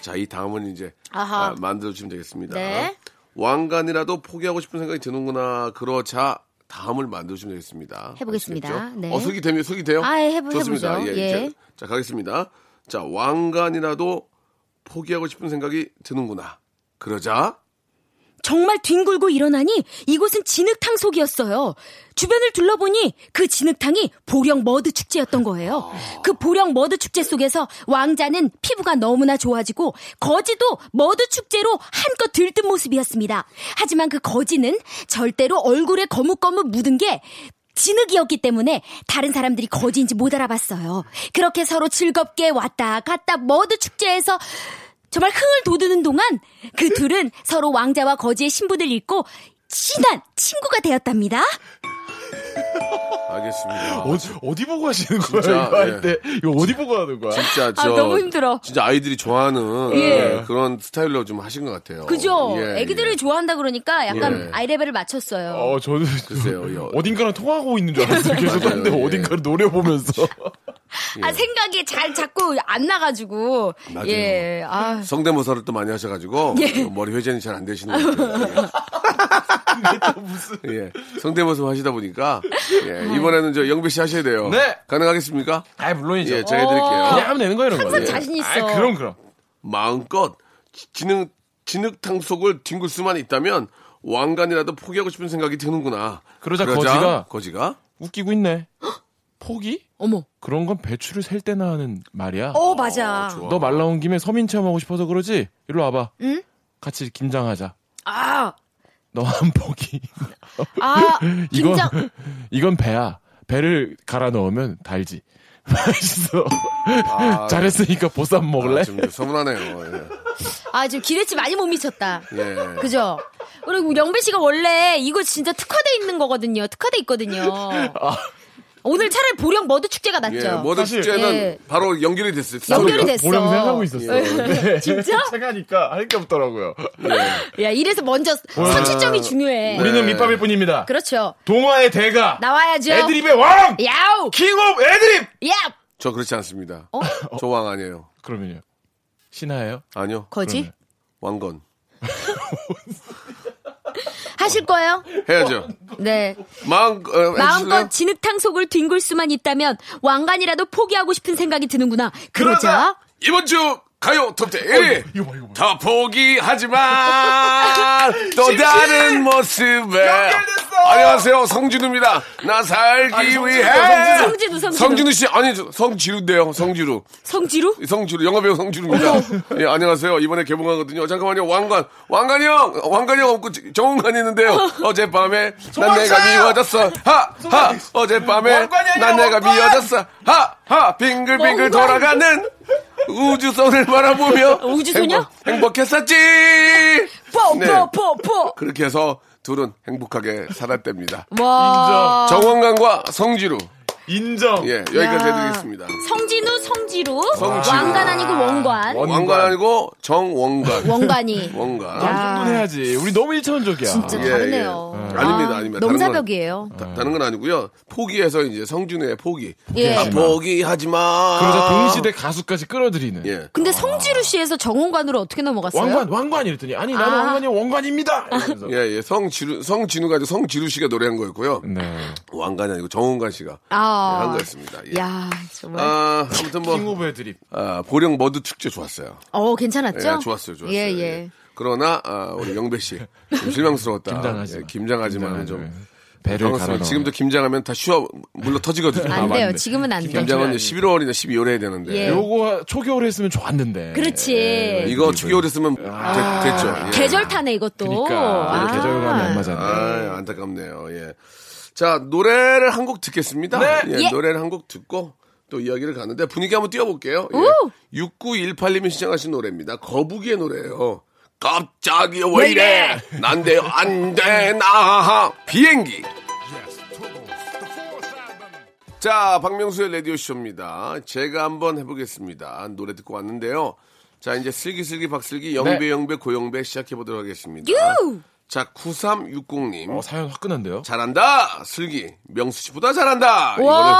Speaker 3: 자, 이 다음은 이제
Speaker 4: 아하.
Speaker 3: 아, 만들어주시면 되겠습니다.
Speaker 4: 네.
Speaker 3: 왕관이라도 포기하고 싶은 생각이 드는구나. 그러자 다음을 만들어주면 되겠습니다.
Speaker 4: 해보겠습니다.
Speaker 3: 아시겠죠?
Speaker 4: 네.
Speaker 3: 어, 속이 되면 속이 돼요?
Speaker 4: 아, 예, 해보-
Speaker 3: 좋습니다.
Speaker 4: 해보죠.
Speaker 3: 예,
Speaker 4: 예.
Speaker 3: 자, 자, 가겠습니다. 자, 왕관이라도 포기하고 싶은 생각이 드는구나. 그러자
Speaker 6: 정말 뒹굴고 일어나니 이곳은 진흙탕 속이었어요. 주변을 둘러보니 그 진흙탕이 보령 머드 축제였던 거예요. 그 보령 머드 축제 속에서 왕자는 피부가 너무나 좋아지고 거지도 머드 축제로 한껏 들뜬 모습이었습니다. 하지만 그 거지는 절대로 얼굴에 거뭇거뭇 묻은 게 진흙이었기 때문에 다른 사람들이 거지인지 못 알아봤어요. 그렇게 서로 즐겁게 왔다 갔다 머드 축제에서 정말 흥을 돋우는 동안 그 둘은 서로 왕자와 거지의 신분을 잃고 친한 친구가 되었답니다.
Speaker 3: 알겠습니다.
Speaker 2: 어디, 어디 보고 하시는 거야,
Speaker 3: 진짜,
Speaker 2: 이거 할
Speaker 3: 예.
Speaker 2: 때? 이거 어디 보고 하는 거야?
Speaker 3: 진짜 저
Speaker 4: 아, 너무 힘들어.
Speaker 3: 진짜 아이들이 좋아하는
Speaker 4: 예.
Speaker 3: 예, 그런 스타일로 좀 하신 것 같아요.
Speaker 4: 그죠?
Speaker 3: 예,
Speaker 4: 애기들을
Speaker 3: 예.
Speaker 4: 좋아한다 그러니까 약간
Speaker 3: 예.
Speaker 4: 아이레벨을 맞췄어요.
Speaker 2: 어, 저는
Speaker 3: 글쎄요, 예.
Speaker 2: 어딘가랑 통하고 있는 줄 알았어요. 계속
Speaker 3: 맞아요,
Speaker 2: 하는데
Speaker 3: 예.
Speaker 2: 어딘가를 노려보면서.
Speaker 4: 아, 생각이 잘 자꾸 안 나가지고.
Speaker 3: 맞아요.
Speaker 4: 예. 아.
Speaker 3: 성대모사를 또 많이 하셔가지고
Speaker 4: 예.
Speaker 3: 머리 회전이 잘 안 되시는 것 같아요. 예. 예. 성대모사 하시다 보니까 예. 이번에는 저 영배 씨 하셔야 돼요.
Speaker 2: 네.
Speaker 3: 가능하겠습니까?
Speaker 2: 아, 물론이죠.
Speaker 3: 예, 제가 해드릴게요.
Speaker 2: 그냥 하면 되는 거예요, 이런 거.
Speaker 4: 어, 항상
Speaker 2: 예.
Speaker 4: 자신 있어.
Speaker 2: 아, 그럼, 그럼.
Speaker 3: 마음껏 진흙 진흙탕 속을 뒹굴 수만 있다면 왕관이라도 포기하고 싶은 생각이 드는구나.
Speaker 2: 그러자 거지가-
Speaker 3: 거지가
Speaker 2: 웃기고 있네. 포기?
Speaker 4: 어머.
Speaker 2: 그런 건 배추를 셀 때나 하는 말이야.
Speaker 4: 어, 맞아.
Speaker 2: 너 말 나온 김에 서민 체험하고 싶어서 그러지? 일로 와봐. 응? 같이 김장하자.
Speaker 4: 아.
Speaker 2: 너한 포기.
Speaker 4: 아.
Speaker 2: 이건,
Speaker 4: 김장.
Speaker 2: 이건 배야. 배를 갈아 넣으면 달지. 맛있어.
Speaker 3: 아,
Speaker 2: 잘했으니까 보쌈 먹을래?
Speaker 3: 아, 지금 서운하네요.
Speaker 4: 아, 지금 기대치 많이 못 미쳤다.
Speaker 3: 예. 예.
Speaker 4: 그죠? 그리고 영배 씨가 원래 이거 진짜 특화돼 있는 거거든요. 특화돼 있거든요. 오늘 차라리 보령 머드 축제가 낫죠.
Speaker 3: 아. 예, 모든
Speaker 2: 사실-
Speaker 3: 축제는
Speaker 4: 그렇죠. 예.
Speaker 3: 바로 연결이 됐어요.
Speaker 4: 연결이
Speaker 3: 스토리가.
Speaker 4: 됐어. 네.
Speaker 2: 보람 생각하고 있었어요. 네. 근데
Speaker 4: 진짜?
Speaker 2: 생각하니까 할 게 없더라고요.
Speaker 4: 야, 이래서 먼저 선취점이 중요해.
Speaker 3: 네.
Speaker 2: 우리는 밑밥일 뿐입니다.
Speaker 4: 네. 그렇죠.
Speaker 2: 동화의 대가.
Speaker 4: 나와야죠.
Speaker 2: 애드립의 왕.
Speaker 4: 야우!
Speaker 2: 킹 오브 애드립.
Speaker 4: 야!
Speaker 3: 저 그렇지 않습니다.
Speaker 4: 어?
Speaker 3: 저 왕 아니에요.
Speaker 2: 그러면요. 신하예요?
Speaker 3: 아니요.
Speaker 4: 거지?
Speaker 3: 왕건.
Speaker 4: 하실 거예요?
Speaker 3: 해야죠.
Speaker 4: 네.
Speaker 3: 마음, 어,
Speaker 4: 마음껏
Speaker 3: 해주실래요?
Speaker 4: 진흙탕 속을 뒹굴 수만 있다면 왕관이라도 포기하고 싶은 생각이 드는구나. 그러자
Speaker 3: 이번 주 가요 톱10 1위.
Speaker 2: 어, 이거 봐, 이거 봐.
Speaker 3: 더 포기하지만 또 다른 모습에 안녕하세요 성진우입니다. 나 살기 위해
Speaker 4: 성진우, 성진우.
Speaker 3: 성진우 씨 아니 저 성지루인데요 성지루
Speaker 4: 성지루?
Speaker 3: 성지루 영화배우 성지루입니다. 예 안녕하세요 이번에 개봉하거든요. 잠깐만요 왕관 왕관이 형 왕관이 형 없고 지- 정관이 있는데요. 어젯밤에 난 내가 미워졌어 하하 어젯밤에 난 내가 미워졌어 하하 빙글빙글
Speaker 4: 왕관.
Speaker 3: 돌아가는 우주선을 바라보며
Speaker 4: 우주선이요?
Speaker 3: 행복, 했었지
Speaker 4: 포포포포.
Speaker 3: 그렇게 해서 둘은 행복하게 살았답니다.
Speaker 4: 뭐? 와.
Speaker 3: 정원관과 성지루.
Speaker 2: 인정.
Speaker 3: 예, 여기까지
Speaker 4: 야.
Speaker 3: 해드리겠습니다.
Speaker 4: 성진우 성지루.
Speaker 3: 성지루.
Speaker 4: 왕관 아니고 원관.
Speaker 2: 원-
Speaker 3: 왕관 아니고 정원관.
Speaker 4: 원관이.
Speaker 3: 원관.
Speaker 2: 이그 정도는 해야지. 우리 너무 일차원적이야.
Speaker 4: 진짜
Speaker 3: 예,
Speaker 4: 다르네요.
Speaker 3: 예.
Speaker 4: 아,
Speaker 3: 아닙니다, 아닙니다.
Speaker 4: 넘사벽이에요.
Speaker 3: 다- 다른 건 아니고요. 포기해서 이제 성준의 포기.
Speaker 4: 예.
Speaker 3: 아, 포기하지 마.
Speaker 4: 아.
Speaker 2: 그러자 동시대 가수까지 끌어들이는.
Speaker 3: 예.
Speaker 4: 근데 성지루 씨에서 정원관으로 어떻게 넘어갔어요?
Speaker 2: 왕관, 왕관 이랬더니 아니 나는
Speaker 4: 아.
Speaker 2: 왕관이 원관입니다. 이러면서.
Speaker 3: 예, 예. 성지루, 성진우가 아니고 성지루 씨가 노래한 거였고요.
Speaker 2: 네.
Speaker 3: 왕관이 아니고 정원관 씨가
Speaker 4: 아.
Speaker 3: 한 거였습니다. 예.
Speaker 4: 야, 정말.
Speaker 3: 아, 아무튼 뭐.
Speaker 2: 킹 오브 애드립.
Speaker 3: 아, 보령 머드 축제 좋았어요.
Speaker 4: 어, 괜찮았죠?
Speaker 3: 예, 좋았어요, 좋았어요.
Speaker 4: 예, 예.
Speaker 3: 예. 그러나 아, 우리 영배 씨 좀 실망스러웠다.
Speaker 2: 김장하지
Speaker 3: 예,
Speaker 2: 마.
Speaker 3: 김장하지만은 좀 네,
Speaker 2: 김장하지 마. 배를 갈아
Speaker 3: 당황스러워.
Speaker 2: 넣어.
Speaker 3: 지금도 김장하면 다 쉬어 물러 터지거든요.
Speaker 4: 안
Speaker 2: 아,
Speaker 4: 돼요.
Speaker 2: 맞네.
Speaker 4: 지금은 안 돼요.
Speaker 3: 김장은
Speaker 2: 아니에요.
Speaker 3: 11월이나 12월에 해야 되는데
Speaker 4: 예.
Speaker 2: 요거 초겨울에 했으면 좋았는데.
Speaker 4: 그렇지.
Speaker 3: 예,
Speaker 2: 예.
Speaker 3: 이거 추겨울에 쓰면
Speaker 4: 아.
Speaker 3: 됐, 죠 예.
Speaker 4: 계절 타네 이것도.
Speaker 2: 그러니까
Speaker 4: 아.
Speaker 2: 계절감이 안 맞았네.
Speaker 3: 아, 안타깝네요. 예. 자 노래를 한 곡 듣겠습니다.
Speaker 2: 네.
Speaker 3: 예,
Speaker 4: 예.
Speaker 3: 노래를 한 곡 듣고 또 이야기를 가는데 분위기 한번 띄워볼게요.
Speaker 4: 오!
Speaker 3: 예. 6918님이 신청하신 노래입니다. 거북이의 노래예요. 갑자기 왜
Speaker 4: 왜
Speaker 3: 이래?
Speaker 4: 이래?
Speaker 3: 난데요 안돼나 비행기. 자, 박명수의 라디오 쇼입니다. 제가 한번 해보겠습니다. 노래 듣고 왔는데요. 자, 이제 슬기슬기 박슬기 영배
Speaker 2: 네.
Speaker 3: 영배 고영배 시작해 보도록 하겠습니다.
Speaker 4: 유!
Speaker 3: 자, 9360님.
Speaker 2: 어, 사연 화끈한데요?
Speaker 3: 잘한다! 슬기. 명수 씨보다 잘한다! 아,
Speaker 4: 와.
Speaker 3: 이거를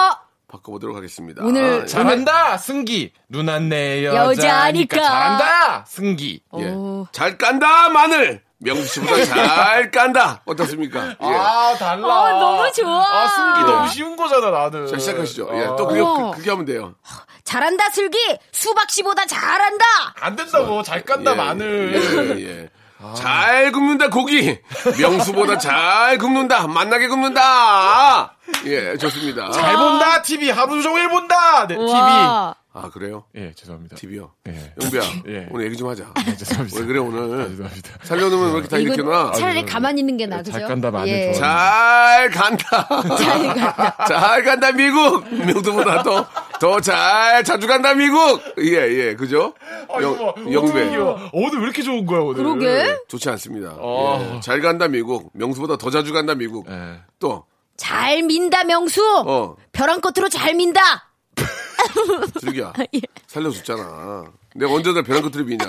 Speaker 3: 바꿔보도록 하겠습니다. 아,
Speaker 4: 오늘-
Speaker 3: 자,
Speaker 2: 잘한다 승기 누나 내 여자니까, 그러니까
Speaker 4: 여자니까.
Speaker 2: 잘한다 승기
Speaker 3: 예.
Speaker 4: 오.
Speaker 3: 잘 깐다 마늘 명수 씨보다 잘 깐다 어떻습니까? 예.
Speaker 2: 아 달라
Speaker 4: 아, 너무 좋아.
Speaker 2: 아 승기 너무 쉬운 거잖아 나는
Speaker 3: 자 시작하시죠.
Speaker 2: 아.
Speaker 3: 예, 또 그게
Speaker 4: 우와.
Speaker 3: 그, 게 하면 돼요.
Speaker 4: 잘한다 슬기 수박 씨보다 잘한다.
Speaker 2: 안 된다고 잘 깐다
Speaker 3: 예,
Speaker 2: 마늘
Speaker 3: 예, 예. 잘 굽는다 고기 명수보다 잘 굽는다 만나게 굽는다 예 좋습니다
Speaker 2: 잘 본다 TV 하루 종일 본다 네, TV
Speaker 4: 와.
Speaker 3: 아 그래요
Speaker 2: 예 죄송합니다
Speaker 3: TV요
Speaker 2: 예
Speaker 3: 영비야
Speaker 2: 예.
Speaker 3: 오늘 얘기 좀 하자
Speaker 2: 죄송합니다 아,
Speaker 3: 왜 그래 오늘
Speaker 2: 죄송합니다
Speaker 3: 살려놓으면 왜 이렇게 다 이렇게 놔
Speaker 4: 이건 차라리 가만히 있는 게 나.
Speaker 2: 잘
Speaker 4: 그죠?
Speaker 2: 깐다, 마늘
Speaker 4: 예.
Speaker 2: 좋아.
Speaker 3: 잘 간다. 잘 간다. 미국. 명도보다 더, 더 잘 자주 간다, 미국. 예, 예, 그죠?
Speaker 2: 아, 이거 봐.
Speaker 3: 영- 영배.
Speaker 2: 어떡해. 오늘 왜 이렇게 좋은 거야 오늘
Speaker 4: 그러게.
Speaker 3: 좋지 않습니다.
Speaker 2: 어.
Speaker 3: 예, 잘 간다, 미국. 명수보다 더 자주 간다, 미국.
Speaker 2: 예.
Speaker 3: 또,
Speaker 4: 잘 민다 명수.
Speaker 3: 어,
Speaker 4: 벼랑 끝으로 잘 민다.
Speaker 3: 주기야. 살려줬잖아. 내가 언제나 벼랑 끝으로 미냐.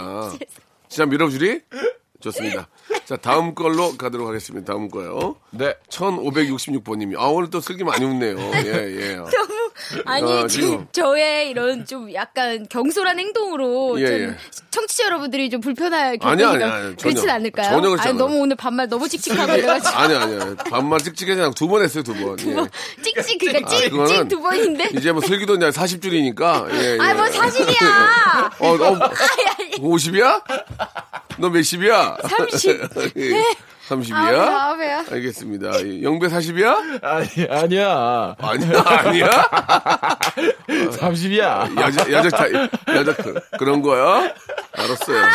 Speaker 3: 진짜 밀어주리? 좋습니다. 자, 다음 걸로 가도록 하겠습니다. 다음 거요.
Speaker 2: 네
Speaker 3: 1566번님이. 아, 오늘 또 슬기 많이 웃네요. 예, 예.
Speaker 4: 너무 아니
Speaker 3: 아,
Speaker 4: 지금
Speaker 3: 지금.
Speaker 4: 저의 이런 좀 약간 경솔한 행동으로
Speaker 3: 예,
Speaker 4: 좀
Speaker 3: 예.
Speaker 4: 청취자 여러분들이 좀 불편할
Speaker 3: 아니야,
Speaker 4: 경우가
Speaker 3: 아니야, 아니야. 전혀.
Speaker 4: 그렇진 않을까요?
Speaker 3: 전혀 그렇지
Speaker 4: 아니,
Speaker 3: 않아요.
Speaker 4: 너무 오늘 반말 너무 칙칙하고 내가 지금
Speaker 3: 아니, 아니. 반만 씩씩해지 않고 두 번 했어요, 두 번. 예.
Speaker 4: 찍찍 그러니까
Speaker 3: 아,
Speaker 4: 찍찍
Speaker 3: 그거는
Speaker 4: 두 번인데
Speaker 3: 이제 뭐 슬기도 이제 40줄이니까. 예, 예.
Speaker 4: 아 뭐 사실이야
Speaker 3: 어, 어, 50이야? 너 몇십이야?
Speaker 4: 30.
Speaker 3: 예. 30이야?
Speaker 4: 아홉 야
Speaker 3: 알겠습니다. 예, 영배 40이야?
Speaker 2: 아니 아니야
Speaker 3: 아니야, 아니야?
Speaker 2: 30이야
Speaker 3: 야적, 야적, 타- 야적, 그- 그런 거야? 알았어요.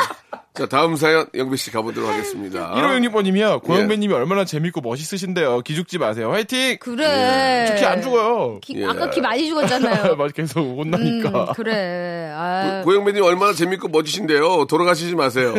Speaker 3: 자, 다음 사연, 영배 씨 가보도록 하겠습니다. 예.
Speaker 2: 1566번님이요 어? 고영배님이 얼마나 재밌고 멋있으신데요 기죽지 마세요 화이팅
Speaker 4: 그래
Speaker 2: 특히 안 죽어요
Speaker 4: 기-
Speaker 3: 예.
Speaker 4: 아까 기 많이 죽었잖아요
Speaker 2: 막 계속
Speaker 4: 네. 음,
Speaker 2: 혼나니까
Speaker 4: 그래 아
Speaker 3: 고영배님 얼마나 재밌고 멋지신데요. 돌아가시지 마세요.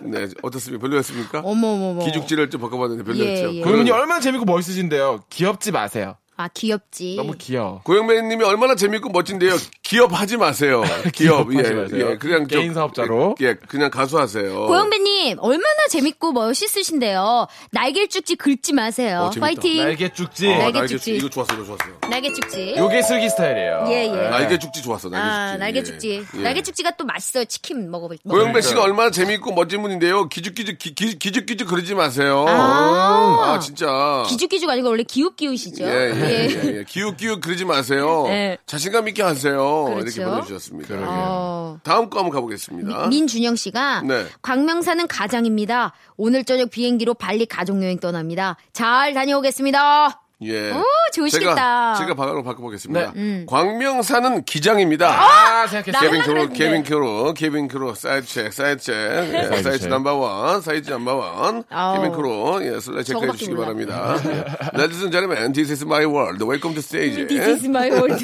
Speaker 3: 네, 어떻습니까? 별로였습니까?
Speaker 4: 어머머머
Speaker 3: 기죽지를 좀 바꿔봤는데 별로였죠.
Speaker 4: 예, 예.
Speaker 2: 고영배님 얼마나 재밌고 멋있으신데요 귀엽지 마세요
Speaker 4: 아 귀엽지
Speaker 2: 너무 귀여워
Speaker 3: 고영배님이 얼마나 재밌고 멋진데요. 기업하지 마세요. 기업,
Speaker 2: 기업하지
Speaker 3: 예,
Speaker 2: 마세요.
Speaker 3: 예, 그냥 좀-
Speaker 2: 개인 사업자로.
Speaker 3: 예, 그냥 가수하세요.
Speaker 4: 고영배님 얼마나 재밌고 멋있으신데요. 날개 쭉지 긁지 마세요.
Speaker 3: 어, 재밌다.
Speaker 4: 파이팅.
Speaker 2: 날개 쭉지
Speaker 3: 어,
Speaker 4: 날개
Speaker 3: 날개
Speaker 4: 죽지.
Speaker 3: 죽지. 이거 좋았어, 이거 좋았어.
Speaker 4: 날개 쭉지.
Speaker 2: 요게 슬기 스타일이에요
Speaker 4: 예, 예.
Speaker 3: 날개 죽지 좋았어, 날개 죽지.
Speaker 4: 아 날개
Speaker 3: 예.
Speaker 4: 쭉지.
Speaker 3: 예.
Speaker 4: 날개 쭉지가 또 맛있어요. 치킨 먹어볼 때.
Speaker 3: 고영배
Speaker 2: 네.
Speaker 3: 씨가 얼마나 재밌고 멋진 분인데요. 기죽기죽, 기, 기, 기죽기죽 그러지 마세요.
Speaker 4: 아.
Speaker 3: 아, 진짜.
Speaker 4: 기죽기죽 아니고 원래 기웃기웃이죠.
Speaker 3: 예, 예, 예, 예. 기웃기웃 그러지 마세요.
Speaker 4: 예.
Speaker 3: 자신감 있게 하세요. 이렇게
Speaker 4: 그렇죠.
Speaker 3: 보내주셨습니다.
Speaker 4: 어,
Speaker 3: 다음 거 한번 가보겠습니다.
Speaker 4: 민준영 씨가
Speaker 3: 아? 네.
Speaker 4: 광명사는 가장입니다. 오늘 저녁 비행기로 발리 가족 여행 떠납니다. 잘 다녀오겠습니다.
Speaker 3: 예.
Speaker 4: 오, 좋으시겠다.
Speaker 3: 제가, 제가 방향으로 바꿔보겠습니다.
Speaker 2: 네.
Speaker 3: 광명사는 기장입니다.
Speaker 2: 아 생각했어
Speaker 4: 나-
Speaker 3: 케빈
Speaker 4: 하려고
Speaker 3: 큐로,
Speaker 4: 그랬는데. 네.
Speaker 3: 케빈 큐로, 케빈 큐로, 사이드 체크, 사이드 체크, 예,
Speaker 2: 사이드
Speaker 3: 사이드
Speaker 2: 체크.
Speaker 3: 넘버원, 사이드 넘버원,
Speaker 4: 아우.
Speaker 3: 케빈 큐로, 예, 슬라이 체크해
Speaker 4: 저거밖에 네.
Speaker 3: 주시기
Speaker 4: 몰라.
Speaker 3: 바랍니다. 네, Ladies and gentlemen, this is my world. Welcome to stage.
Speaker 4: 음,
Speaker 3: 예.
Speaker 4: This is my world.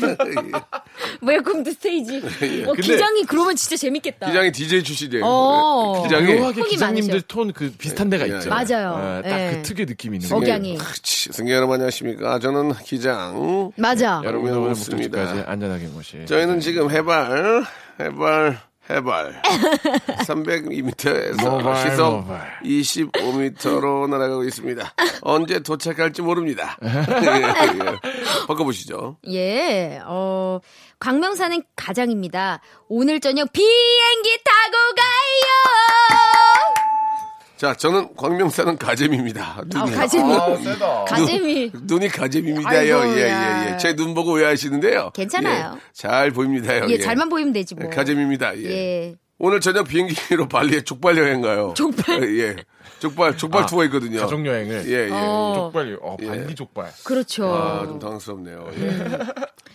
Speaker 4: 웰컴 투 스테이지. 어,
Speaker 2: 근데-
Speaker 4: 기장이 그러면 진짜 재밌겠다.
Speaker 3: 기장이 DJ 출신이에요.
Speaker 4: 어.
Speaker 3: 예, 기장이.
Speaker 2: 묘하게
Speaker 4: 폭이
Speaker 2: 기장님들
Speaker 4: 많으셔.
Speaker 2: 톤 그 비슷한 데가
Speaker 3: 예, 예.
Speaker 2: 있죠
Speaker 4: 맞아요.
Speaker 2: 딱
Speaker 4: 예.
Speaker 2: 그 특유의 느낌이 있는
Speaker 4: 억양.
Speaker 2: 거예요
Speaker 4: 기장이.
Speaker 3: 그렇지. 승객 여러분 안녕하십니까. 저는 기장.
Speaker 4: 맞아.
Speaker 2: 여러분들 오늘
Speaker 3: 좋습니다.
Speaker 2: 목적지까지 안전하게 모시
Speaker 3: 저희는 지금 해발, 해발, 해발. 302m에서
Speaker 2: 모발,
Speaker 3: 시속
Speaker 2: 모발.
Speaker 3: 25m로 날아가고 있습니다. 언제 도착할지 모릅니다. 예, 예. 바꿔보시죠.
Speaker 4: 예, 어, 광명사는 가장입니다. 오늘 저녁 비행기 타고 가요!
Speaker 3: 자, 저는 광명사는 가재미입니다.
Speaker 4: 아,
Speaker 3: 눈이, 어,
Speaker 4: 가재미.
Speaker 2: 세다
Speaker 4: 가재미.
Speaker 3: 눈이 가재미입니다.요.
Speaker 4: 아이고,
Speaker 3: 예,
Speaker 4: 야.
Speaker 3: 예, 예. 제 눈 보고 오해하시는데요.
Speaker 4: 괜찮아요.
Speaker 3: 예, 잘 보입니다.요.
Speaker 4: 예, 잘만 보이면 되지 뭐.
Speaker 3: 가재미입니다. 예.
Speaker 4: 예.
Speaker 3: 오늘 저녁 비행기로 발리에 족발 여행 가요.
Speaker 4: 족발?
Speaker 3: 예. 예. 족발, 족발
Speaker 2: 아,
Speaker 3: 투어 있거든요.
Speaker 2: 가족 여행을
Speaker 3: 예, 예.
Speaker 4: 어,
Speaker 2: 족발요 어 반디 족발
Speaker 4: 그렇죠.
Speaker 3: 아, 좀 당황스럽네요. 예.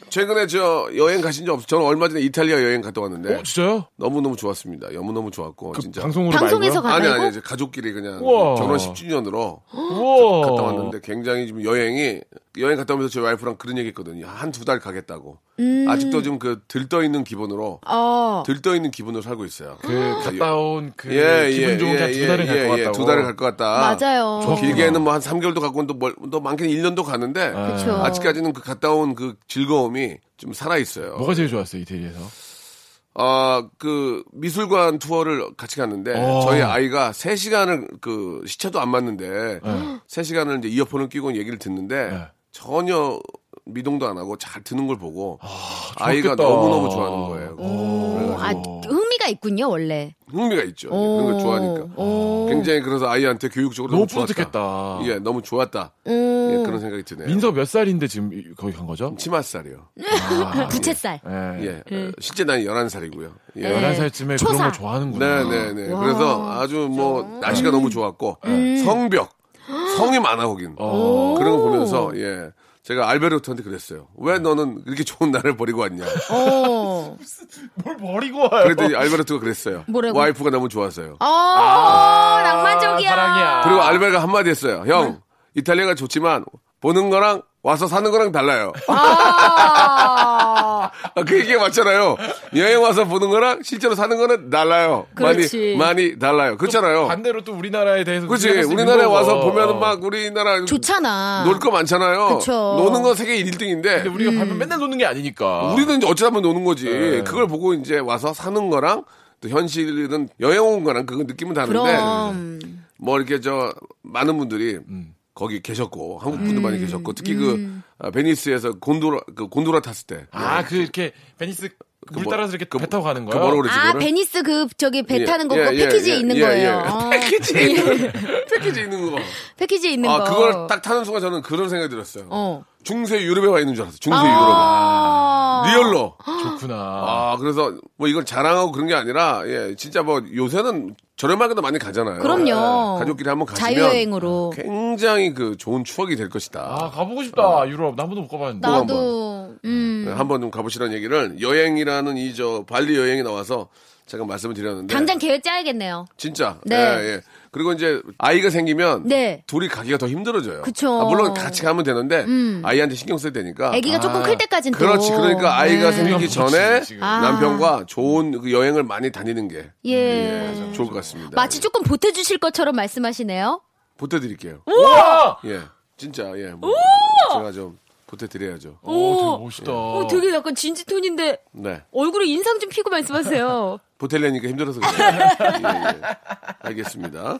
Speaker 3: 최근에 저 여행 가신 적 없어요? 저는 얼마 전에 이탈리아 여행 갔다 왔는데
Speaker 2: 어 진짜요?
Speaker 3: 너무너무 좋았습니다. 너무너무 좋았고
Speaker 2: 그
Speaker 3: 예. 진짜.
Speaker 2: 방송으로
Speaker 4: 방송에서
Speaker 2: 말고요?
Speaker 4: 가-
Speaker 3: 아니
Speaker 4: 가나요?
Speaker 3: 아니 이제 가족끼리 그냥
Speaker 2: 우와. 어.
Speaker 3: 결혼 10주년으로
Speaker 2: 우와.
Speaker 3: 갔다 왔는데 굉장히 지금 여행이 여행 갔다 오면서 저희 와이프랑 그런 얘기했거든요. 한 두 달 가겠다고.
Speaker 2: 음.
Speaker 3: 아직도 좀 그 들떠 있는 기분으로
Speaker 4: 어,
Speaker 3: 들떠 있는 기분으로 살고 있어요.
Speaker 2: 그 갔다 온그
Speaker 3: 예,
Speaker 2: 기분
Speaker 3: 예,
Speaker 2: 좋은
Speaker 3: 예,
Speaker 2: 날두 달을 갈
Speaker 3: 예,
Speaker 2: 것
Speaker 3: 예,
Speaker 2: 같다고
Speaker 3: 두 달을 갈 것 같다.
Speaker 4: 맞아요.
Speaker 3: 뭐 길게는 뭐 한 3개월도 가고 또, 멀, 또 많게는 1년도 가는데
Speaker 4: 그쵸.
Speaker 3: 아직까지는 그 갔다 온 그 즐거움이 좀 살아 있어요.
Speaker 2: 뭐가 제일 좋았어요 이태리에서?
Speaker 3: 아, 그 미술관 투어를 같이 갔는데
Speaker 2: 어.
Speaker 3: 저희 아이가 3시간을 그
Speaker 2: 네.
Speaker 3: 시차도 안 맞는데 3시간을 이제 이어폰을 끼고 얘기를 듣는데 전혀 미동도 안 하고 잘 드는 걸 보고
Speaker 2: 좋았겠다. 어.
Speaker 3: 아, 이가 너무너무 좋아하는 거예요.
Speaker 4: 오, 아, 흥미가 있군요, 원래.
Speaker 3: 흥미가 있죠.
Speaker 4: 오.
Speaker 3: 예, 그런 걸
Speaker 4: 어.
Speaker 3: 좋아하니까.
Speaker 4: 오.
Speaker 3: 굉장히 그래서 아이한테 교육적으로
Speaker 2: 너무
Speaker 3: 너무 좋았다.
Speaker 2: 뿌듯했겠다.
Speaker 3: 예, 너무 좋았다.
Speaker 4: 음.
Speaker 3: 예, 그런 생각이 드네요.
Speaker 2: 민서 몇 살인데 지금 이- 거기 간 거죠?
Speaker 3: 치맛살이요.
Speaker 4: 부채살.
Speaker 2: 예.
Speaker 3: 아, 예. 어, 실제 난 11살이고요. 예.
Speaker 4: 네.
Speaker 2: 11살쯤에 그런
Speaker 4: 초사.
Speaker 2: 걸
Speaker 3: 네,
Speaker 2: 좋아하는구나.
Speaker 3: 네, 네. 그래서 아주 뭐 날씨가 너무 좋았고
Speaker 4: 음.
Speaker 3: 성벽 성이 많아 거긴
Speaker 2: 어.
Speaker 3: 그런 거 보면서 예 제가 알베르토한테 그랬어요.
Speaker 2: 음.
Speaker 3: 왜 너는 이렇게 좋은 날을 버리고 왔냐?
Speaker 4: 어.
Speaker 2: 뭘 버리고 와요.
Speaker 3: 그랬더니 알베르토가 그랬어요.
Speaker 4: 뭐라고?
Speaker 3: 와이프가 너무 좋아서요.
Speaker 4: 어, 낭만적이야.
Speaker 2: 사랑이야.
Speaker 3: 그리고 알베르가 한마디 했어요. 형 이탈리아가 좋지만 보는 거랑 와서 사는 거랑 달라요.
Speaker 4: 아.
Speaker 3: 아, 그 얘기가 맞잖아요. 여행 와서 보는 거랑 실제로 사는 거는 달라요.
Speaker 4: 그렇지.
Speaker 3: 많이 많이 달라요. 그렇잖아요.
Speaker 2: 반대로 또 우리나라에 대해서
Speaker 3: 그렇지.
Speaker 2: 생각할 수 있는
Speaker 3: 우리나라에
Speaker 2: 거고.
Speaker 3: 와서
Speaker 2: 어.
Speaker 3: 보면은 막 우리나라
Speaker 4: 좋잖아.
Speaker 3: 놀 거 많잖아요.
Speaker 4: 그쵸.
Speaker 3: 노는 건 세계 1등인데
Speaker 2: 근데 우리가 밟으면 맨날 노는 게 아니니까.
Speaker 3: 음. 우리는 이제 어쩌다 보면 노는 거지.
Speaker 2: 네.
Speaker 3: 그걸 보고 이제 와서 사는 거랑 또 현실은 여행 온 거랑 그 느낌은 다른데
Speaker 4: 그럼.
Speaker 3: 뭐 이렇게 저 많은 분들이
Speaker 2: 음.
Speaker 3: 거기 계셨고 한국 분도
Speaker 4: 음.
Speaker 3: 많이 계셨고 특히 그 아, 베니스에서 곤도라 그 곤도라 탔을 때
Speaker 2: 아, 그 이렇게 베니스 물
Speaker 3: 뭐-
Speaker 2: 따라서 이렇게
Speaker 3: 그-
Speaker 2: 배 타고 가는
Speaker 3: 그
Speaker 2: 거예요.
Speaker 3: 뭐라 그러지
Speaker 4: 아,
Speaker 3: 그거를?
Speaker 4: 베니스 그, 저기 배
Speaker 3: 예,
Speaker 4: 타는 거,
Speaker 3: 예,
Speaker 4: 그거
Speaker 3: 예,
Speaker 4: 패키지에
Speaker 3: 예,
Speaker 4: 있는
Speaker 3: 예,
Speaker 4: 거예요.
Speaker 3: 예.
Speaker 4: 어,
Speaker 3: 패키지에 있는 패키지에 있는 거.
Speaker 4: 패키지에 있는
Speaker 3: 아
Speaker 4: 거.
Speaker 3: 그걸 딱 타는 순간 저는 그런 생각이 들었어요.
Speaker 4: 어.
Speaker 3: 중세 유럽에 와 있는 줄 알았어. 중세
Speaker 4: 아.
Speaker 3: 유럽에 리얼로.
Speaker 2: 좋구나.
Speaker 3: 아, 그래서 뭐 이걸 자랑하고 그런 게 아니라 예, 진짜 뭐 요새는 저렴하게도 많이 가잖아요.
Speaker 4: 그럼요.
Speaker 3: 예, 가족끼리 한번 가시면 아,
Speaker 4: 자유여행으로.
Speaker 3: 굉장히 그 좋은 추억이 될 것이다.
Speaker 2: 아, 가보고
Speaker 3: 어.
Speaker 2: 싶다. 유럽. 나 한 번도 못 가봤는데.
Speaker 3: 나-
Speaker 4: 나도, 음.
Speaker 3: 예, 한번 좀 가보시라는 얘기를 여행이라는 이 저 발리 여행이 나와서 잠깐 말씀을 드렸는데
Speaker 4: 당장 계획 짜야겠네요.
Speaker 3: 진짜
Speaker 4: 네.
Speaker 3: 예, 예. 그리고 이제 아이가 생기면
Speaker 4: 네.
Speaker 3: 둘이 가기가 더 힘들어져요.
Speaker 4: 그쵸. 음.
Speaker 3: 아, 물론 같이 가면 되는데 아이한테 신경 써야 되니까.
Speaker 4: 아기가 조금 클 때까진 또.
Speaker 3: 그렇지. 그러니까 아이가
Speaker 4: 네.
Speaker 3: 생기기
Speaker 2: 그렇지,
Speaker 3: 전에
Speaker 2: 지금.
Speaker 4: 아.
Speaker 3: 남편과 좋은 그 여행을 많이 다니는 게
Speaker 4: 예.
Speaker 3: 좋을 것 같습니다.
Speaker 4: 마치 조금 보태주실 것처럼 말씀하시네요.
Speaker 3: 보태드릴게요.
Speaker 2: 우와!
Speaker 3: 예, 진짜 예. 뭐 제가 좀 보태드려야죠.
Speaker 2: 오, 되게 멋있다.
Speaker 4: 어, 되게 약간 진지 톤인데
Speaker 3: 네,
Speaker 4: 얼굴에 인상 좀 피고 말씀하세요.
Speaker 3: 보태려니까 힘들어서 그래요. 예, 예. 알겠습니다.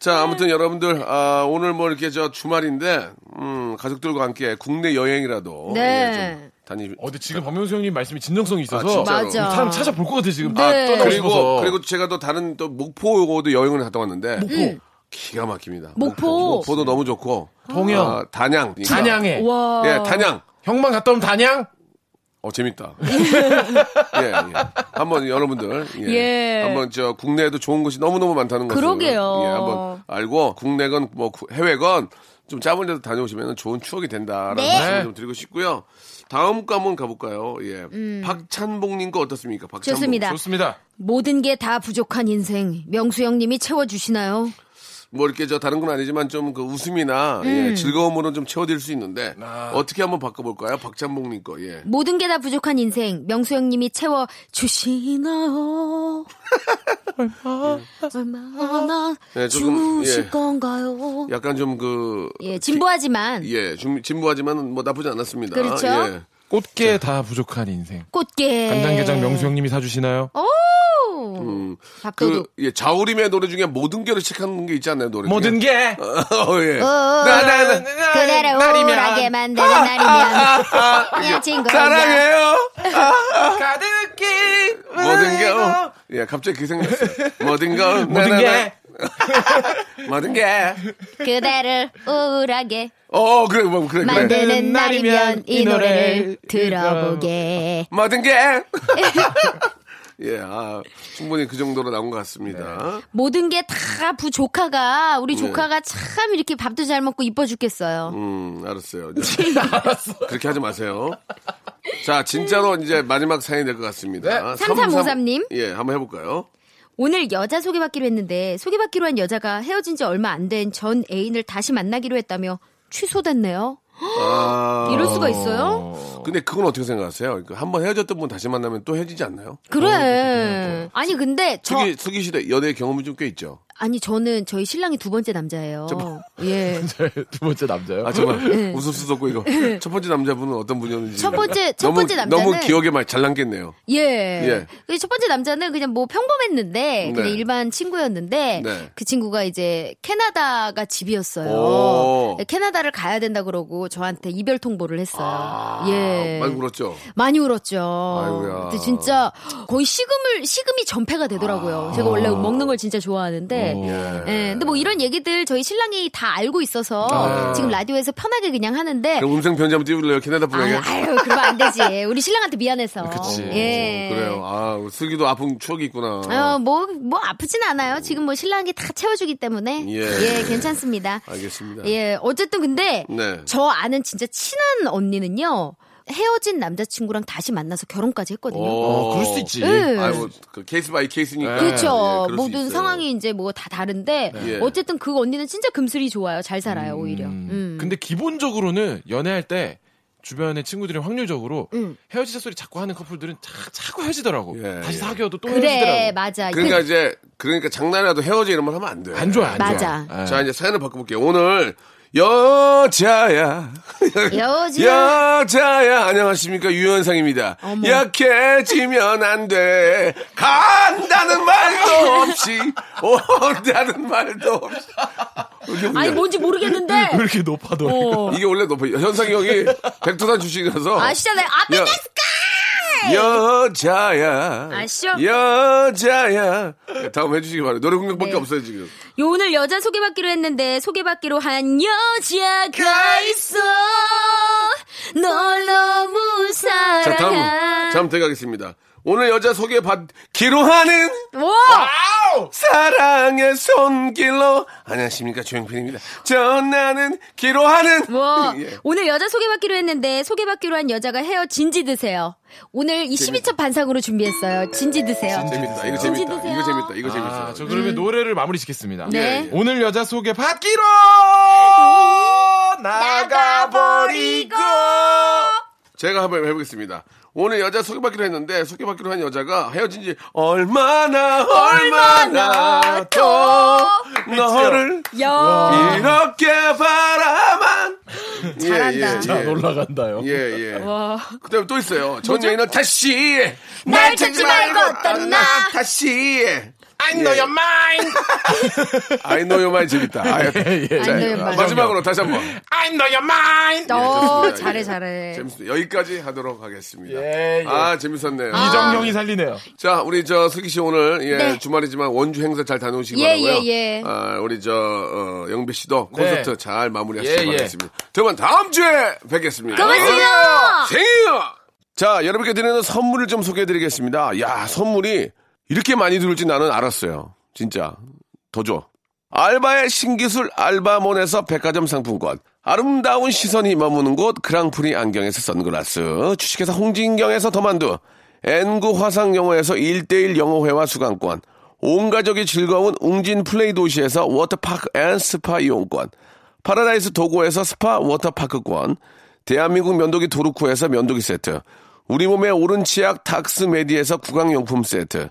Speaker 3: 자, 아무튼 여러분들 아, 오늘 뭐 이렇게 저 주말인데 음, 가족들과 함께 국내 여행이라도
Speaker 4: 네.
Speaker 3: 예, 좀 다니.
Speaker 2: 어, 근데 지금 박명수 형님 말씀이 진정성이
Speaker 3: 아,
Speaker 2: 있어서
Speaker 3: 진짜로.
Speaker 4: 맞아.
Speaker 2: 사람 찾아볼 것 같아 지금.
Speaker 4: 네.
Speaker 2: 아, 떠나고 싶어서.
Speaker 3: 그리고 그리고 제가 또 다른 또 목포도 여행을 갔다 왔는데 기가 막힙니다.
Speaker 4: 목포.
Speaker 3: 도 너무 좋고
Speaker 2: 음. 통영.
Speaker 3: 아, 단양.
Speaker 2: 단양에.
Speaker 4: 와.
Speaker 3: 예, 단양.
Speaker 2: 형만 갔다 오면 단양?
Speaker 3: 어 재밌다. 예, 예. 한번 여러분들 예.
Speaker 4: 예.
Speaker 3: 한번 저 국내에도 좋은 곳이 너무 너무 많다는 것을
Speaker 4: 그러게요.
Speaker 3: 예, 한번 알고 국내건 뭐 구- 해외건 좀 짧은 데도 다녀오시면 좋은 추억이 된다라는
Speaker 4: 네.
Speaker 3: 말씀을 좀 드리고 싶고요. 다음 거 한번 가볼까요? 예, 박찬복님 거 어떻습니까? 박찬복.
Speaker 4: 음. 좋습니다.
Speaker 2: 좋습니다.
Speaker 4: 모든 게 다 부족한 인생 명수 형님이 채워주시나요?
Speaker 3: 뭐 이렇게 저 다른 건 아니지만 좀 그 웃음이나 예, 즐거움으로 좀 채워드릴 수 있는데
Speaker 2: 아.
Speaker 3: 어떻게 한번 바꿔볼까요? 박찬복님 거. 예.
Speaker 4: 모든 게 다 부족한 인생 명수 형님이 채워주시나요? 얼마나 얼마나
Speaker 3: 네, 조금,
Speaker 4: 주실
Speaker 3: 예.
Speaker 4: 건가요?
Speaker 3: 약간 좀그
Speaker 4: 예 진보하지만
Speaker 3: 예, 좀 진부하지만 뭐 나쁘지 않았습니다.
Speaker 4: 그렇죠.
Speaker 3: 예.
Speaker 2: 꽃게 다 부족한 인생.
Speaker 4: 꽃게
Speaker 2: 간장게장 명수 형님이 사주시나요?
Speaker 4: 오
Speaker 3: 그,
Speaker 4: 밥도둑
Speaker 3: 예, 자우림의 노래 중에 모든 게를 시작하는 게 있지 않나요, 노래? 중에?
Speaker 2: 모든 게
Speaker 3: 어, 예.
Speaker 4: 오,
Speaker 3: 나, 나, 나, 아,
Speaker 4: 그대를
Speaker 2: 날이면.
Speaker 4: 우울하게 만드는 날이면 내 친구
Speaker 3: 사랑해요! 아,
Speaker 2: 가득히
Speaker 3: 모든 게, 어. 예, 갑자기 그 생각났어요. 모든 거,
Speaker 2: 모든
Speaker 3: 나, 나,
Speaker 2: 게
Speaker 3: 나. 모든 게.
Speaker 4: 그대를 우울하게
Speaker 3: 어, 그래, 뭐, 그래, 그래.
Speaker 4: 만드는 날이면 이 노래를 들어보게
Speaker 3: 모든 게. 예, 아, 충분히 그 정도로 나온 것 같습니다.
Speaker 4: 모든 게 다 부조카가 우리 조카가 참 이렇게 밥도 잘 먹고 이뻐 죽겠어요.
Speaker 3: 네. 음, 알았어요.
Speaker 4: 네,
Speaker 3: 이제. 그렇게 하지 마세요. 자, 진짜로 이제 마지막 사연이 될 것 같습니다.
Speaker 4: 음. 네. 삼삼오삼 님.
Speaker 3: 예, 한번 해볼까요?
Speaker 4: 오늘 여자 소개받기로 했는데 소개받기로 한 여자가 헤어진 지 얼마 안 된 전 애인을 다시 만나기로 했다며 취소됐네요.
Speaker 3: 아,
Speaker 4: 이럴 수가 있어요?
Speaker 3: 근데 그건 어떻게 생각하세요? 그러니까 한번 헤어졌던 분 다시 만나면 또 헤어지지 않나요?
Speaker 4: 그래. 아니 근데 저
Speaker 3: 수기, 수기 씨도 연애 경험이 좀 꽤 있죠.
Speaker 4: 아니 저는 저희 신랑이 두 번째 남자예요. 예.
Speaker 2: 두 번째 남자요?
Speaker 3: 아 정말 웃음수도 없고 이거 첫 번째 남자분은 어떤 분이었는지
Speaker 4: 네. 첫 번째- 첫
Speaker 3: 너무,
Speaker 4: 번째
Speaker 3: 너무
Speaker 4: 남자는-
Speaker 3: 기억에 많이 잘 남겠네요.
Speaker 4: 예.
Speaker 3: 예.
Speaker 4: 그첫 번째 남자는 그냥 뭐 평범했는데 그냥
Speaker 3: 네.
Speaker 4: 일반 친구였는데
Speaker 3: 네.
Speaker 4: 그 친구가 이제 캐나다가 집이었어요. 예,
Speaker 3: 오.
Speaker 4: 캐나다를 가야 된다 그러고 저한테 이별 통보를 했어요.
Speaker 3: 아,
Speaker 4: 예.
Speaker 3: 많이 울었죠.
Speaker 4: 많이 울었죠.
Speaker 3: 아이고야.
Speaker 4: 근데 진짜 거의 식음을 식음이 전폐가
Speaker 3: 아.
Speaker 4: 되더라고요. 제가 원래 먹는 걸 진짜 좋아하는데,
Speaker 3: 음,
Speaker 4: 예. 근데 뭐 이런 얘기들 저희 신랑이 다 알고 있어서 지금 라디오에서 편하게 그냥 하는데,
Speaker 3: 아. 그럼 음성 편지 한번 띄울래요 캐나다
Speaker 4: 아,
Speaker 3: 분에게.
Speaker 4: 아유 그러면 안 되지. 우리 신랑한테 미안해서.
Speaker 2: 그치.
Speaker 4: 예.
Speaker 3: 그래요. 아 슬기도 아픈 추억이 있구나.
Speaker 4: 어, 뭐, 뭐 아프진 않아요. 지금 뭐 신랑이 다 채워주기 때문에.
Speaker 3: 예.
Speaker 4: 예, 괜찮습니다.
Speaker 3: 알겠습니다.
Speaker 4: 예, 어쨌든 근데
Speaker 3: 네.
Speaker 4: 저 아는 진짜 친한 언니는요. 헤어진 남자친구랑 다시 만나서 결혼까지 했거든요.
Speaker 2: 어, 그럴 수 있지.
Speaker 4: 예.
Speaker 3: 아이고 그 케이스 바이 케이스니까.
Speaker 4: 그렇죠.
Speaker 3: 예, 그럴 수
Speaker 4: 모든
Speaker 3: 있어요.
Speaker 4: 상황이 이제 뭐 다 다른데
Speaker 3: 예.
Speaker 4: 어쨌든 그 언니는 진짜 금슬이 좋아요. 잘 살아요 오히려. 음.
Speaker 2: 근데 기본적으로는 연애할 때 주변의 친구들이 확률적으로
Speaker 4: 음.
Speaker 2: 헤어지자 소리 자꾸 하는 커플들은 자, 자꾸 헤어지더라고.
Speaker 3: 예,
Speaker 2: 다시
Speaker 3: 예.
Speaker 2: 사귀어도 또
Speaker 4: 그래
Speaker 2: 헤어지더라고.
Speaker 4: 맞아.
Speaker 3: 그러니까 이제 그러니까 장난이라도 헤어져 이런 말 하면 안 돼.
Speaker 2: 안 좋아, 안 좋아.
Speaker 4: 맞아.
Speaker 2: 예.
Speaker 3: 자 이제 사연을 바꿔볼게요. 오늘 여자야.
Speaker 4: 여자.
Speaker 3: 여자야 안녕하십니까 유현상입니다. 약해지면 안 돼 간다는 말도 없이 온다는 말도 없이 이게 뭐냐.
Speaker 6: 아니 뭔지 모르겠는데.
Speaker 2: 왜 이렇게 높아도.
Speaker 3: 이게 원래 높아 현상이 형이 백두산 출신이라서
Speaker 4: 어. 아시잖아요. 앞에
Speaker 3: 여- 여자야
Speaker 4: 아시죠?
Speaker 3: 여자야 네, 다음 해주시기 바라요 노래 공격밖에
Speaker 4: 네.
Speaker 3: 없어요 지금
Speaker 4: 요 오늘 여자 소개받기로 했는데 소개받기로 한 여자가 있어 널 너무 사랑해
Speaker 3: 자 다음 다음 들어가겠습니다 오늘 여자 소개 받기로 하는
Speaker 4: 와!
Speaker 3: 사랑의 손길로 안녕하십니까 조영필입니다. 전나는 기로하는
Speaker 4: 뭐
Speaker 3: 예.
Speaker 4: 오늘 여자 소개받기로 했는데 소개받기로 한 여자가 헤어 진지 드세요 오늘 22첩 반상으로 준비했어요 진지 드세요
Speaker 3: 재밌다. 이거 재밌다.
Speaker 4: 드세요.
Speaker 3: 이거 재밌다. 이거 재밌어.
Speaker 2: 아, 저 그러면 노래를 마무리 짓겠습니다.
Speaker 3: 예,
Speaker 4: 네.
Speaker 2: 오늘 여자 소개 받기로 나가버리고
Speaker 3: 제가 한번 해보겠습니다. 오늘 여자 소개받기로 했는데 소개받기로 한 여자가 헤어진 지 얼마나 얼마나 또 너를 이렇게 바라만 잘한다.
Speaker 2: 안 아, 올라간다요.
Speaker 3: 예, 예.
Speaker 2: 어,
Speaker 3: 그다음에 또 있어요. 전 여인은 다시 날 찾지 말고 떠나 다시. I know your mind. I know your mind 재밌다. 아, 자,
Speaker 4: know your mind.
Speaker 3: 마지막으로 다시 한번.
Speaker 2: I know your mind.
Speaker 4: 네, 어,
Speaker 3: 좋습니다.
Speaker 4: 잘해 잘해
Speaker 3: 재밌습니다. 여기까지 하도록 하겠습니다.
Speaker 2: 예, 예.
Speaker 3: 아 재밌었네요.
Speaker 2: 이정용이 살리네요.
Speaker 3: 자 우리 저 슬기 씨 오늘 예,
Speaker 4: 네.
Speaker 3: 주말이지만 원주 행사 잘 다녀오시기
Speaker 4: 예,
Speaker 3: 바라고요.
Speaker 4: 예, 예.
Speaker 3: 아, 우리 저 어, 영배 씨도
Speaker 2: 네.
Speaker 3: 콘서트 잘 마무리하시기
Speaker 2: 예, 예.
Speaker 3: 바라겠습니다. 여러분 다음 주에 뵙겠습니다. 아!
Speaker 4: 고맙습니다.
Speaker 3: 생일! 자, 여러분께 드리는 선물을 좀 소개해 드리겠습니다. 야, 선물이 이렇게 많이 들을지 나는 알았어요. 진짜. 더 줘. 알바의 신기술 알바몬에서 백화점 상품권. 아름다운 시선이 머무는 곳 그랑프리 안경에서 선글라스. 주식회사 홍진경에서 더만두. N구 화상영어에서 1대1 영어회화 수강권. 온 가족이 즐거운 웅진 플레이 도시에서 워터파크 앤 스파 이용권. 파라다이스 도고에서 스파 워터파크권, 대한민국 면도기 도루코에서 면도기 세트, 우리 몸의 오른 치약 닥스메디에서 구강용품 세트,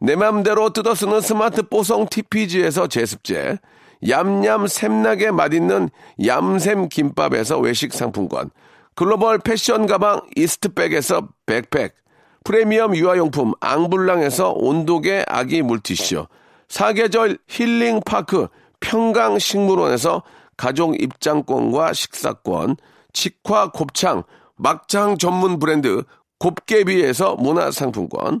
Speaker 3: 내 맘대로 뜯어쓰는 스마트 뽀송 TPG에서 제습제, 얌얌 샘나게 맛있는 얌샘 김밥에서 외식 상품권, 글로벌 패션 가방 이스트백에서 백팩, 프리미엄 유아용품 앙블랑에서 온도계 아기 물티슈, 사계절 힐링파크 평강식물원에서 가족 입장권과 식사권, 직화 곱창, 막창 전문 브랜드 곱개비에서 문화상품권,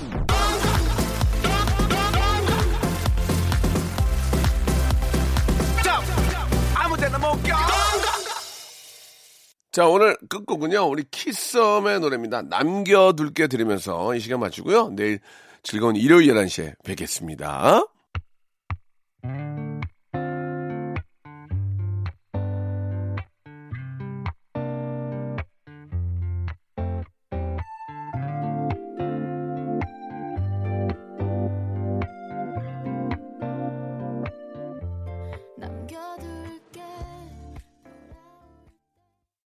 Speaker 3: 자, 오늘 끝곡은요, 우리 키썸의 노래입니다. 남겨둘게 들으면서 이 시간 마치고요. 내일 즐거운 일요일 11시에 뵙겠습니다.